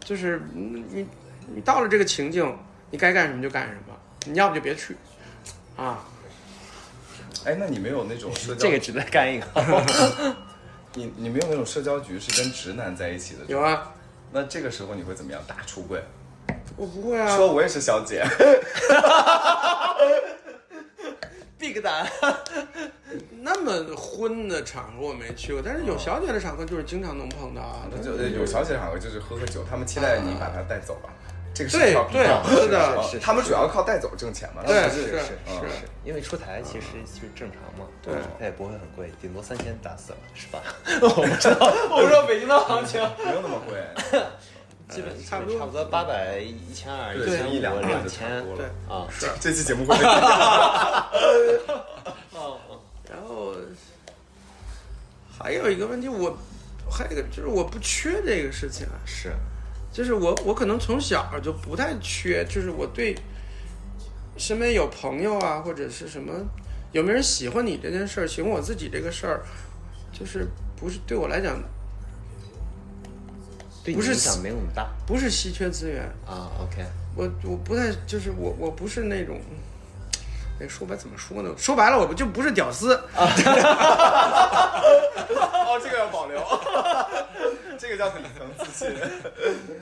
Speaker 3: 就是嗯你你到了这个情境，你该干什么就干什么，你要不就别去啊。
Speaker 1: 哎，那你没有那种社交，
Speaker 2: <laughs> 这个值得干一个。
Speaker 1: 你你没有那种社交局是跟直男在一起的，
Speaker 3: 有啊，
Speaker 1: 那这个时候你会怎么样？大出柜，
Speaker 3: 我不会啊，
Speaker 1: 说我也是小姐，
Speaker 2: Big 胆，
Speaker 3: 那么昏的场合我没去过，但是有小姐的场合就是经常能碰到啊。
Speaker 1: <laughs> 就有小姐场合就是喝喝酒，他们期待你把她带走吧。这个是
Speaker 3: 对
Speaker 1: 靠
Speaker 3: 对是的
Speaker 1: 哦他们主要靠带走挣钱嘛。
Speaker 3: 对
Speaker 1: 是
Speaker 3: 是
Speaker 1: 嗯
Speaker 3: 是，
Speaker 2: 因为出台其实就正常嘛，
Speaker 3: 对
Speaker 2: 它也不会很贵，顶多三千打死了，是吧？ <laughs> 我不知道，我不知道北京的行情，
Speaker 1: 不用那么 <laughs> 贵，
Speaker 2: 基本
Speaker 3: 差不多
Speaker 2: 差不多八百、一千二、
Speaker 1: 对
Speaker 2: 一千
Speaker 1: 一两
Speaker 2: 五、
Speaker 1: 百
Speaker 2: 两
Speaker 1: 就差
Speaker 2: 千
Speaker 1: 不多了
Speaker 3: 对，
Speaker 2: 啊。
Speaker 3: 是。
Speaker 1: 这期节目会 <laughs> 被哦
Speaker 3: 然后还有一个问题，我还有一个就是我不缺这个事情啊，
Speaker 2: 是，
Speaker 3: 就是我我可能从小就不太缺，就是我对身边有朋友啊或者是什么有没有人喜欢你这件事儿，喜欢我自己这个事儿，就是不是对我来讲
Speaker 2: 对你
Speaker 3: 不是
Speaker 2: 影响没有那么大
Speaker 3: 不是稀缺资源，
Speaker 2: 啊。OK，
Speaker 3: 我我不太就是我我不是那种。哎，说白怎么说呢？说白了，我不就不是屌丝，
Speaker 1: 哦，这个要保留， <laughs> 这个叫底层自信。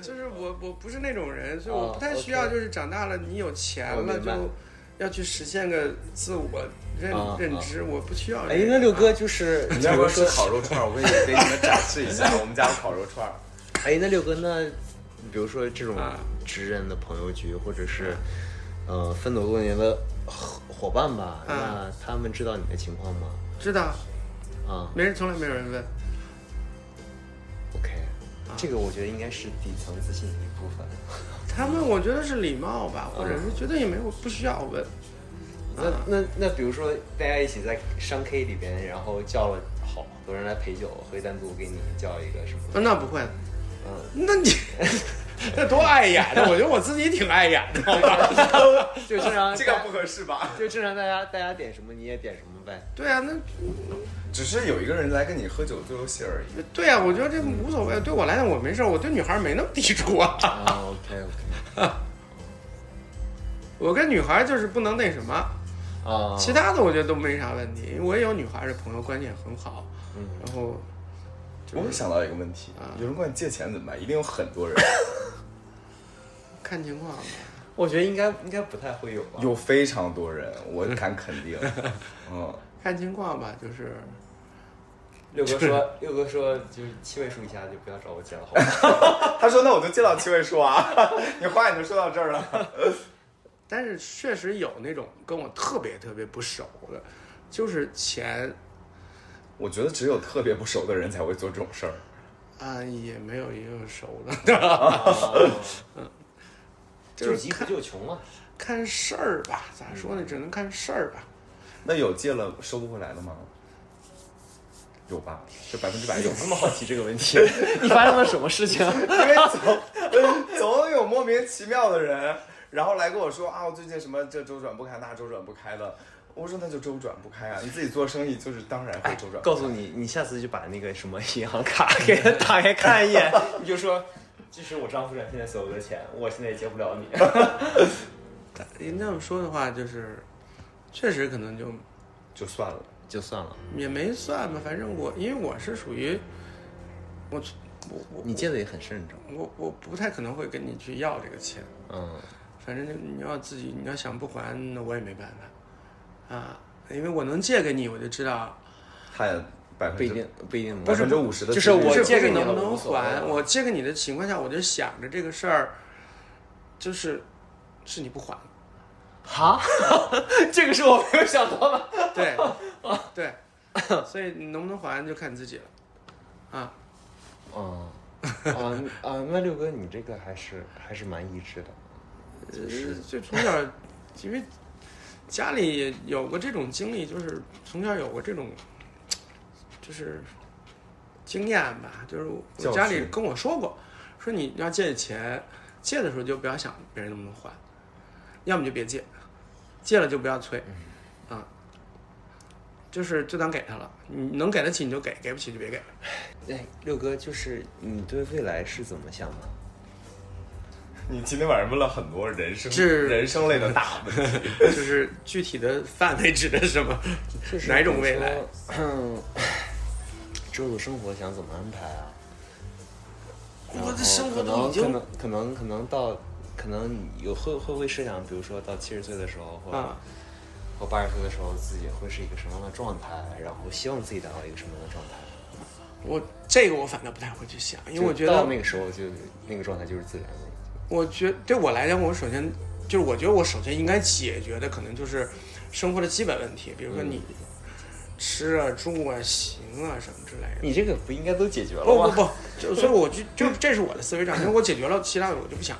Speaker 3: 就是我我不是那种人，所以
Speaker 2: 哦
Speaker 3: 我不太需要，
Speaker 2: ，OK
Speaker 3: 就是长大了你有钱
Speaker 2: 我
Speaker 3: 了
Speaker 2: 明白
Speaker 3: 就要去实现个自我认
Speaker 2: 啊
Speaker 3: 认知，我不需要这
Speaker 2: 哎
Speaker 3: 个。，啊
Speaker 2: 那六哥就是，
Speaker 1: 你
Speaker 2: 假
Speaker 1: 要不
Speaker 2: 如
Speaker 1: 要吃
Speaker 2: 说，
Speaker 1: 烤肉串儿，我可以给你们展示一 <laughs> 下我们家的烤肉串儿。
Speaker 2: 哎，那六哥，那比如说这种
Speaker 3: 啊
Speaker 2: 直人的朋友局，或者是呃奋斗多年的伙伙伴吧，
Speaker 3: 啊
Speaker 2: 那他们知道你的情况吗？
Speaker 3: 知道，
Speaker 2: 啊
Speaker 3: 没人从来没有人问。
Speaker 2: ，OK，这个
Speaker 3: 啊
Speaker 2: 我觉得应该是底层自信的一部分。
Speaker 3: 他们我觉得是礼貌吧，或者
Speaker 2: 啊
Speaker 3: 是觉得也没有不需要问。
Speaker 2: <laughs>
Speaker 3: 啊
Speaker 2: 那那那比如说大家一起在商 K 里边，然后叫了好多人来陪酒，会单独给你叫一个什么？
Speaker 3: 啊那不会，
Speaker 2: <laughs>
Speaker 3: 那你那多碍眼的，我觉得我自己挺碍眼的。 <laughs>
Speaker 2: 就正常，
Speaker 1: 这个不合适吧？
Speaker 2: 就正常，大家大家点什么你也点什么呗。
Speaker 3: 对啊，那
Speaker 1: 只是有一个人来跟你喝酒做游戏而已。
Speaker 3: 对啊，我觉得这无所谓。对我来讲，我没事儿，我对女孩没那么抵触啊。 <laughs>
Speaker 2: 啊，OK OK，
Speaker 3: 我跟女孩就是不能那什么。
Speaker 1: 嗯
Speaker 2: 啊，
Speaker 3: 其他的我觉得都没啥问题，因为我也有女孩儿的朋友，关系也很好。
Speaker 2: 嗯
Speaker 3: 然后
Speaker 1: 我又想到一个问题
Speaker 3: 啊，
Speaker 1: 有人管你借钱怎么办？一定有很多人，
Speaker 3: 看情况吧。
Speaker 2: 我觉得应该应该不太会有吧。
Speaker 1: 有非常多人，我敢肯 <laughs> 定。嗯，
Speaker 3: 看情况吧，就是
Speaker 2: 六哥说，六哥说就是七位数以下就不要找我借了，好吗？
Speaker 1: 他说那我就借到七位数啊， <laughs> 你话你就说到这儿了。
Speaker 3: 但是确实有那种跟我特别特别不熟的，就是钱
Speaker 1: 我觉得只有特别不熟的人才会做这种事儿。
Speaker 3: 啊、也没有一个熟的， <laughs>
Speaker 2: 啊 <laughs> 救
Speaker 3: 就是
Speaker 2: 急不救穷啊。
Speaker 3: 看事儿吧。咋说呢？只能看事儿吧。
Speaker 1: 那有借了收不回来的吗？有吧，就百分之百有。
Speaker 2: 那么好奇这个问题？ <laughs> 你发生了什么事情？啊
Speaker 1: 因为总 <laughs> 总有莫名其妙的人，然后来跟我说啊，我最近什么这周转不开，那周转不开的。我说那就周转不开啊，你自己做生意就是当然
Speaker 2: 哎
Speaker 1: 会周转不开。
Speaker 2: 告诉你，你下次就把那个什么银行卡给他打开看一 <laughs> 眼，
Speaker 1: 哎
Speaker 2: 你就说，这是我张副长现在所有的钱，我现在也借不了你。
Speaker 3: 您这么说的话，就是确实可能就
Speaker 1: 就算了，
Speaker 2: <laughs> 就算了，
Speaker 3: 也没算吧。反正我因为我是属于我我我
Speaker 2: 你借的也很慎重。
Speaker 3: 我我不太可能会跟你去要这个钱。
Speaker 2: 嗯，
Speaker 3: 反正就你要自己，你要想不还，那我也没办法啊，因为我能借给你，我就知道，
Speaker 1: 看百
Speaker 2: 不
Speaker 1: 分
Speaker 2: 一
Speaker 1: 之
Speaker 2: 定，嗯不一定能。
Speaker 1: 百分之五十的
Speaker 2: 就
Speaker 1: 几率，
Speaker 2: 是我
Speaker 3: 不是
Speaker 2: 借给
Speaker 3: 不
Speaker 2: 你
Speaker 3: 是
Speaker 2: 了
Speaker 3: 能不能
Speaker 2: 无所谓
Speaker 3: 还。我借给你的情况下，我就想着这个事儿，就是是你不还，
Speaker 2: 哈， <laughs> 这个是我没有想到的。
Speaker 3: 对 <laughs> 对，所以你能不能还就看你自己了啊。
Speaker 2: <laughs> 嗯，啊啊，那六哥，你这个还是还是蛮一致的。呃
Speaker 3: 就是就从小，因为家里有过这种经历，就是从小有过这种，就是经验吧。就是我
Speaker 1: 教训
Speaker 3: 家里跟我说过，说你要借钱，借的时候就不要想别人能不能还，要么就别借，借了就不要催，
Speaker 2: 嗯
Speaker 3: 啊，就是就当给他了，你能给得起你就给，给不起就
Speaker 2: <laughs>
Speaker 3: 别给。
Speaker 2: 哎，六哥，就是你对未来是怎么想的？
Speaker 1: 你今天晚上问了很多人生
Speaker 3: 这
Speaker 1: 人生类的大问题，
Speaker 3: 就是具体的范围指的是什么？哪种未
Speaker 2: <clears throat>
Speaker 3: 来？
Speaker 2: 嗯，之后的生活想怎么安排啊？
Speaker 3: 我的生活
Speaker 2: 然后
Speaker 3: 都已
Speaker 2: 可
Speaker 3: 经
Speaker 2: 能可能可能可能到可能你有会会不会设想，比如说到七十岁的时候，或
Speaker 3: 啊，
Speaker 2: 或八十岁的时候，自己会是一个什么样的状态？然后希望自己达到一个什么样的状态？
Speaker 3: 我这个我反倒不太会去想，因为我
Speaker 2: 就
Speaker 3: 觉
Speaker 2: 到
Speaker 3: 得
Speaker 2: 那个时候就那个状态就是自然的。
Speaker 3: 我觉对我来讲，我首先就是我觉得我首先应该解决的可能就是生活的基本问题，比如
Speaker 2: 嗯
Speaker 3: 说你吃啊、住啊、行啊什么之类的。
Speaker 2: 你这个不应该都解决了
Speaker 3: 不不
Speaker 2: 吗？
Speaker 3: 不，就所以
Speaker 2: <laughs>
Speaker 3: 我就就这是我的思维障碍，因为我解决了其他的我就不想，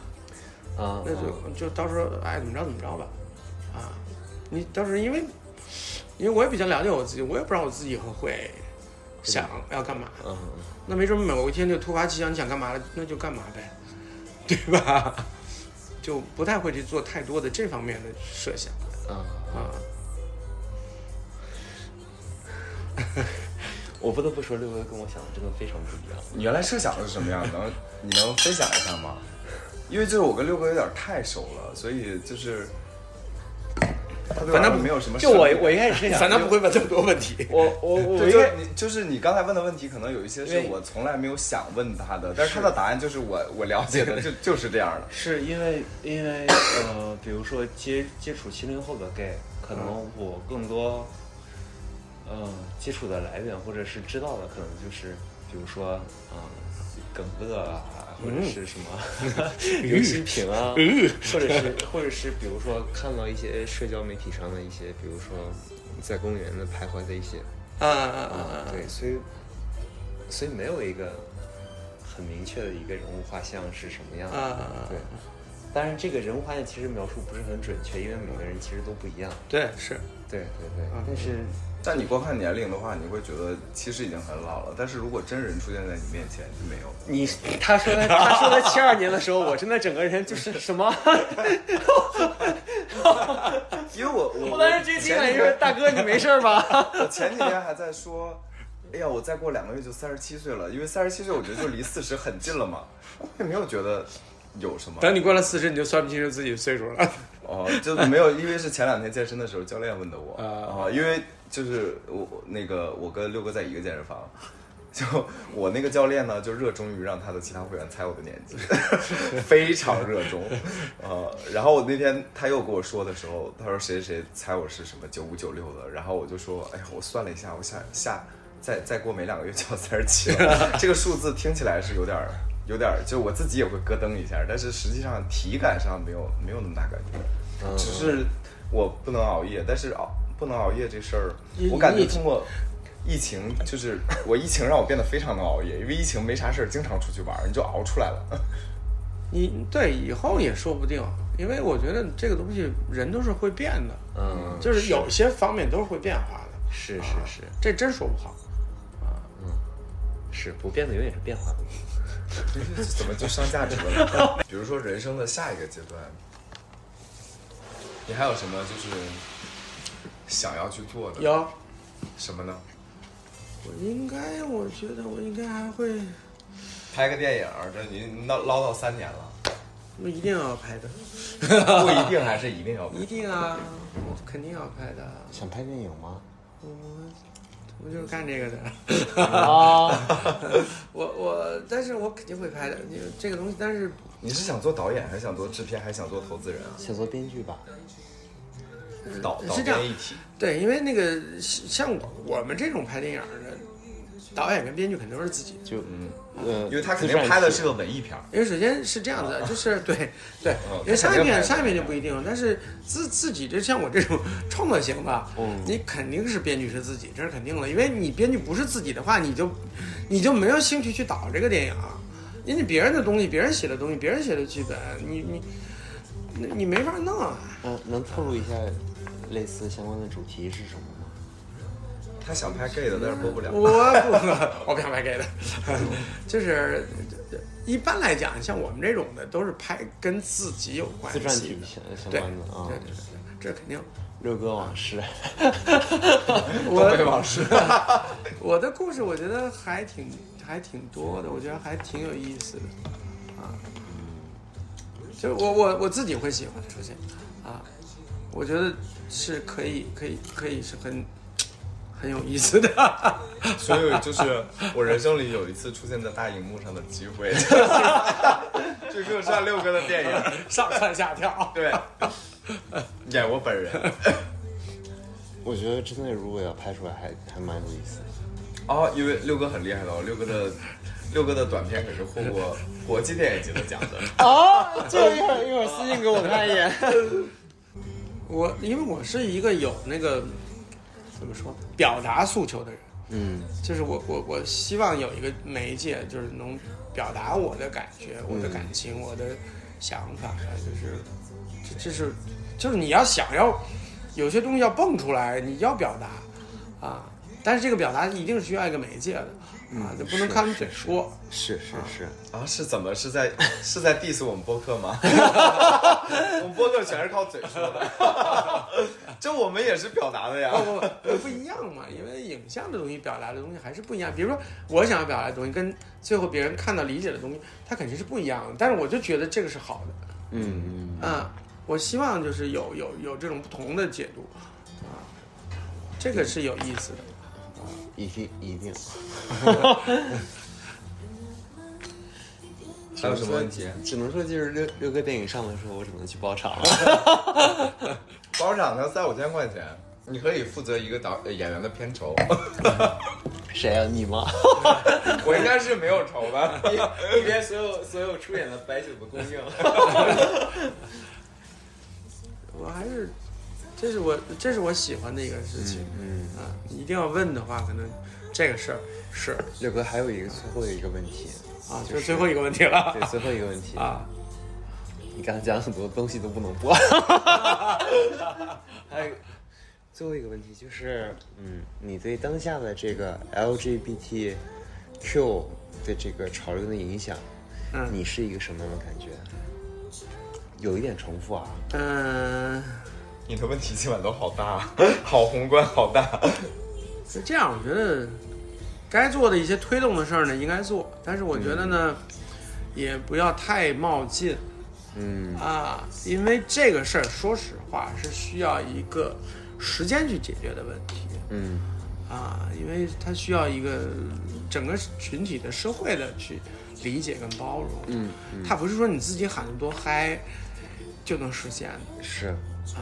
Speaker 2: 啊，
Speaker 3: 那
Speaker 2: 啊
Speaker 3: 就就到时候哎爱怎么着怎么着吧，啊，你到时候因为因为我也比较了解我自己，我也不知道我自己以后会想要干嘛，
Speaker 2: 嗯，
Speaker 3: 那没准某一天就突发奇想，你想干嘛了，那就干嘛呗，对吧？ <laughs> 就不太会去做太多的这方面的设想
Speaker 2: 嗯嗯
Speaker 3: <laughs> 啊。
Speaker 2: 我不得不说，六哥跟我想的真的非常不一样。
Speaker 1: 你原来设想的是什么样？能你能分享一下吗？因为就是我跟六哥有点太熟了，所以就是他对我
Speaker 3: 反
Speaker 1: 来
Speaker 3: 正
Speaker 1: 说
Speaker 3: 不
Speaker 1: 没有什么
Speaker 2: 就我
Speaker 1: 深入
Speaker 2: 我一开始是想，
Speaker 3: 反正不会问这么多问题。
Speaker 2: 我我我
Speaker 1: 对，
Speaker 2: 一
Speaker 1: 就
Speaker 2: 开
Speaker 1: 是你就是你刚才问的问题，可能有一些
Speaker 2: 因
Speaker 1: 是
Speaker 2: 为
Speaker 1: 我从来没有想问他的，但是他的答案就是我我了解的就就是这样的。
Speaker 2: 是因为因为呃，比如说接接触七零后的 gay，可能我更多，嗯、接触的来源或者是知道的，可能就是比如说嗯、耿乐啊，或
Speaker 1: 嗯
Speaker 2: 者
Speaker 1: <laughs>
Speaker 2: 是什么刘新平啊， <laughs> 或者是或者是比如说看到一些社交媒体上的一些，比如说在公园的徘徊的一些，
Speaker 3: 啊啊啊
Speaker 2: 啊，
Speaker 3: 啊！
Speaker 2: 对，所以所以没有一个很明确的一个人物画像是什么样的。
Speaker 3: 啊
Speaker 2: 对，当然这个人物画像其实描述不是很准确，因为每个人其实都不一样。
Speaker 3: 对，是
Speaker 2: 对对对，
Speaker 3: 嗯
Speaker 2: 但是
Speaker 1: 但你光看年龄的话，你会觉得其实已经很老了。但是如果真人出现在你面前就没有。
Speaker 2: 你他说他他说他七二年的时候，我真的整个人就是什么？
Speaker 1: 因为我我
Speaker 2: 我当时直接听了一说，大哥你没事吧？
Speaker 1: <laughs> 我前几天还在说，哎呀，我再过两个月就三十七岁了，因为三十七岁我觉得就离四十很近了嘛，我也没有觉得有什么。
Speaker 3: 等你过了四十，你就算不清楚自己的岁数了。
Speaker 1: 哦，就没有，因为是前两天健身的时候，教练问的我，
Speaker 3: 啊
Speaker 1: 啊、因为就是我我那个我跟六哥在一个健身房。 <laughs> 就我那个教练呢，就热衷于让他的其他会员猜我的年纪， <laughs> 非常热衷，呃，然后我那天他又跟我说的时候，他说谁谁谁猜我是什么九五九六的，然后我就说，哎呀，我算了一下，我想下再再过没两个月就要三十七了，这个数字听起来是有点儿有点儿，就我自己也会咯噔一下，但是实际上体感上没有没有那么大感觉。
Speaker 3: 嗯
Speaker 1: 只是我不能熬夜，但是熬不能熬夜这事儿
Speaker 3: 你，
Speaker 1: 我感
Speaker 3: 你
Speaker 1: 觉
Speaker 3: 已经
Speaker 1: 通过疫情，就是我疫情让我变得非常能熬夜，因为疫情没啥事儿，经常出去玩儿，你就熬出来了。
Speaker 3: <laughs>
Speaker 1: <laughs>
Speaker 3: 你对以后也说不定，因为我觉得这个东西人都是会变的，
Speaker 2: <laughs> 嗯，
Speaker 3: 就是有些方面都是会变化的，啊
Speaker 2: 是是是
Speaker 3: 这真说不好。
Speaker 2: 是，不变的永远是变化的。
Speaker 1: 怎么就上价值了
Speaker 3: <laughs>
Speaker 1: 呢？比如说人生的下一个阶段，你还有什么就是想要去做的？
Speaker 3: 有，
Speaker 1: 什么呢？
Speaker 3: 我应该，我觉得我应该还会，
Speaker 1: 拍个电影儿，这你唠唠叨三年
Speaker 3: <laughs>
Speaker 1: 了，
Speaker 3: 我一定要拍的，
Speaker 1: 不一定还是一定要
Speaker 3: 一定啊，我肯定要拍的。
Speaker 2: 想拍电影吗？
Speaker 3: 我我就是干这个
Speaker 2: <laughs>
Speaker 3: 的，
Speaker 2: 啊，
Speaker 3: <laughs> 我我，但是我肯定会拍的，因为这个东西，但是
Speaker 1: 你是想做导演，还是想做制片，还是想做投资人啊？
Speaker 2: 想做编剧吧？
Speaker 1: 导导
Speaker 3: 呃是这样
Speaker 1: 编一体。
Speaker 3: 对，因为那个像我我们这种拍电影的，导演跟编剧肯定都是自己。
Speaker 2: 就呃，
Speaker 1: 因为他肯
Speaker 2: 自
Speaker 1: 定
Speaker 2: 传
Speaker 1: 拍的
Speaker 2: 体
Speaker 1: 是个文艺片儿，
Speaker 3: 因为首先是这样子，就是对对
Speaker 1: 哦，
Speaker 3: 因为上一
Speaker 1: 肯定拍
Speaker 3: 遍
Speaker 1: 的
Speaker 3: 上一遍就不一定，但是自自己这像我这种创作型吧，你肯定是编剧是自己，这是肯定了，因为你编剧不是自己的话，你就你就没有兴趣去导这个电影，啊因为别人的东西，别人写的东西，别人写的剧本，你你那你没法弄啊。
Speaker 2: 呃嗯，能透露一下类似相关的主题是什么吗？
Speaker 1: 他想拍 gay 的，但是播不了。
Speaker 3: 我不，我 <laughs> 不想拍 gay 的， <laughs> 就是一般来讲，像我们这种的都是拍跟自己有关
Speaker 4: 自传
Speaker 3: 系
Speaker 4: 体
Speaker 3: 的，
Speaker 4: 相相
Speaker 3: 对
Speaker 4: 关的啊
Speaker 3: 对，对对，这肯定。
Speaker 4: 六哥往事，
Speaker 3: 我
Speaker 1: 东北往事，
Speaker 3: <laughs> 我的故事我觉得还挺还挺多的，我觉得还挺有意思的，啊，就是我我我自己会喜欢出现，啊，我觉得是可以可以可以是很很有意思的，
Speaker 1: 所以就是我人生里有一次出现在大荧幕上的机 <laughs> 会，就给我上六哥的电影，
Speaker 3: 上蹿下跳，
Speaker 1: 对，演我本人。
Speaker 4: 我觉得真的如果要拍出来还，还蛮有意思的。
Speaker 1: 哦，因为六哥很厉害的哦，六哥的六哥的短片可是获
Speaker 4: <laughs>
Speaker 1: 过国际电影节的奖的。
Speaker 2: 啊，这一会儿一会儿私信给我看一眼。
Speaker 3: 我因为我是一个有那个怎么说表达诉求的人，
Speaker 4: 嗯，
Speaker 3: 就是我我我希望有一个媒介，就是能表达我的感觉、我的感情、我的想法，啊就是这这是就是你要想要有些东西要蹦出来，你要表达啊，但是这个表达一定是需要一个媒介的啊，就不能靠你嘴说。
Speaker 4: 是是是，
Speaker 1: 啊，是怎么是在是在 diss 我们播客
Speaker 4: <laughs>
Speaker 1: 吗？我们播客全是靠嘴说的，这我们也是表达的呀。
Speaker 3: 不不不一样嘛，因为影像的东西表达的东西还是不一样。比如说我想要表达的东西，跟最后别人看到理解的东西，它肯定是不一样的。但是我就觉得这个是好的，
Speaker 4: 嗯嗯。
Speaker 3: 嗯，我希望就是有有有这种不同的解读，啊，这个是有意思的。
Speaker 4: 一定一定，
Speaker 1: 还有什么问题？
Speaker 4: 只能说就是六六哥电影上的时候，我只能去包场了。 <laughs>
Speaker 1: 包场要三五千块钱，你可以负责一个导呃演员的
Speaker 4: <laughs>
Speaker 1: 片酬。
Speaker 4: 谁啊？你吗？
Speaker 1: 我应该是没有酬吧？
Speaker 4: <laughs> 一边所有所有出演的白酒的供应，
Speaker 3: 我还是，这是我这是我喜欢的一个事情，
Speaker 4: 嗯，
Speaker 3: 啊，一定要问的话，可能这个事儿是
Speaker 4: 六哥还有一个最后一个问 <laughs> 题，
Speaker 3: 啊，就是最后一个问题了
Speaker 4: 对，最后一个问题，
Speaker 3: 啊，
Speaker 4: 你刚才讲很多东西都不能 <laughs> 播，还有最后一个问题就是，嗯，你对当下的这个 LGBTQ 对这个潮流的影响，
Speaker 3: 嗯
Speaker 4: 你是一个什么样的感觉？有一点重复啊，
Speaker 3: 嗯。
Speaker 1: 你的问题今晚都好大，啊好宏观，好大。
Speaker 3: 是这样，我觉得该做的一些推动的事儿呢，应该做，但是我觉得呢，也不要太冒进
Speaker 4: 嗯
Speaker 3: 啊，因为这个事儿，说实话是需要一个时间去解决的问题
Speaker 4: 嗯
Speaker 3: 啊，因为它需要一个整个群体的社会的去理解跟包容，
Speaker 4: 嗯，
Speaker 3: 它不是说你自己喊得多嗨就能实现
Speaker 4: 是。
Speaker 3: 的啊，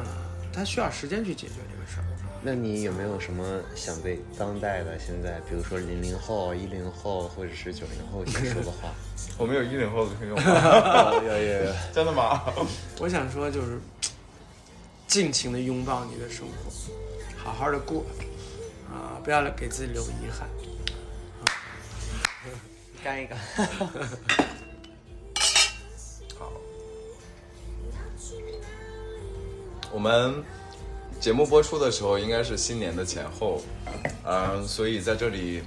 Speaker 3: 它需要时间去解决这个事儿。
Speaker 4: 那你有没有什么想对当代的现在，比如说零零后、一零后或者是九零后想说的话？
Speaker 1: 我们有一零后的 <laughs> 听众吗？
Speaker 4: 有有有，
Speaker 1: 真的吗？
Speaker 3: 我想说就是，尽情的拥抱你的生活，好好的过，啊，不要给自己留遗憾。
Speaker 2: <laughs> 干一个。
Speaker 1: <laughs> 我们节目播出的时候应该是新年的前后，嗯、所以在这里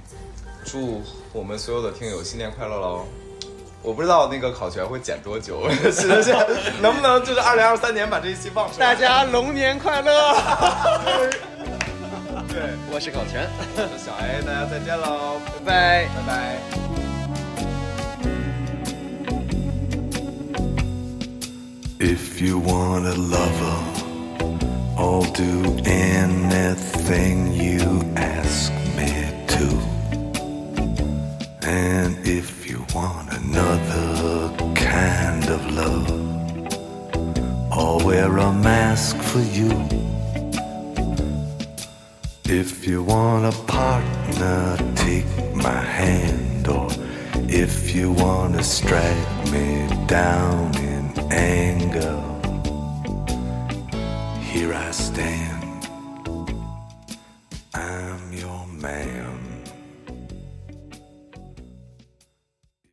Speaker 1: 祝我们所有的听友新年快乐喽！我不知道那个考全会剪多久， <laughs> 是不是？能不能就是二零二三年把这一期放出来？
Speaker 2: 家龙年快乐！
Speaker 1: 对，
Speaker 4: 我是搞全。
Speaker 1: 我是小 A，大家再见喽，
Speaker 2: 拜拜。
Speaker 1: 拜拜。
Speaker 5: If you want a lover, I'll do anything you ask me to. And if you want another kind of love, I'll wear a mask for you. If you want a partner, take my hand. Or if you want to strike me down in anger, here I stand. I'm your man.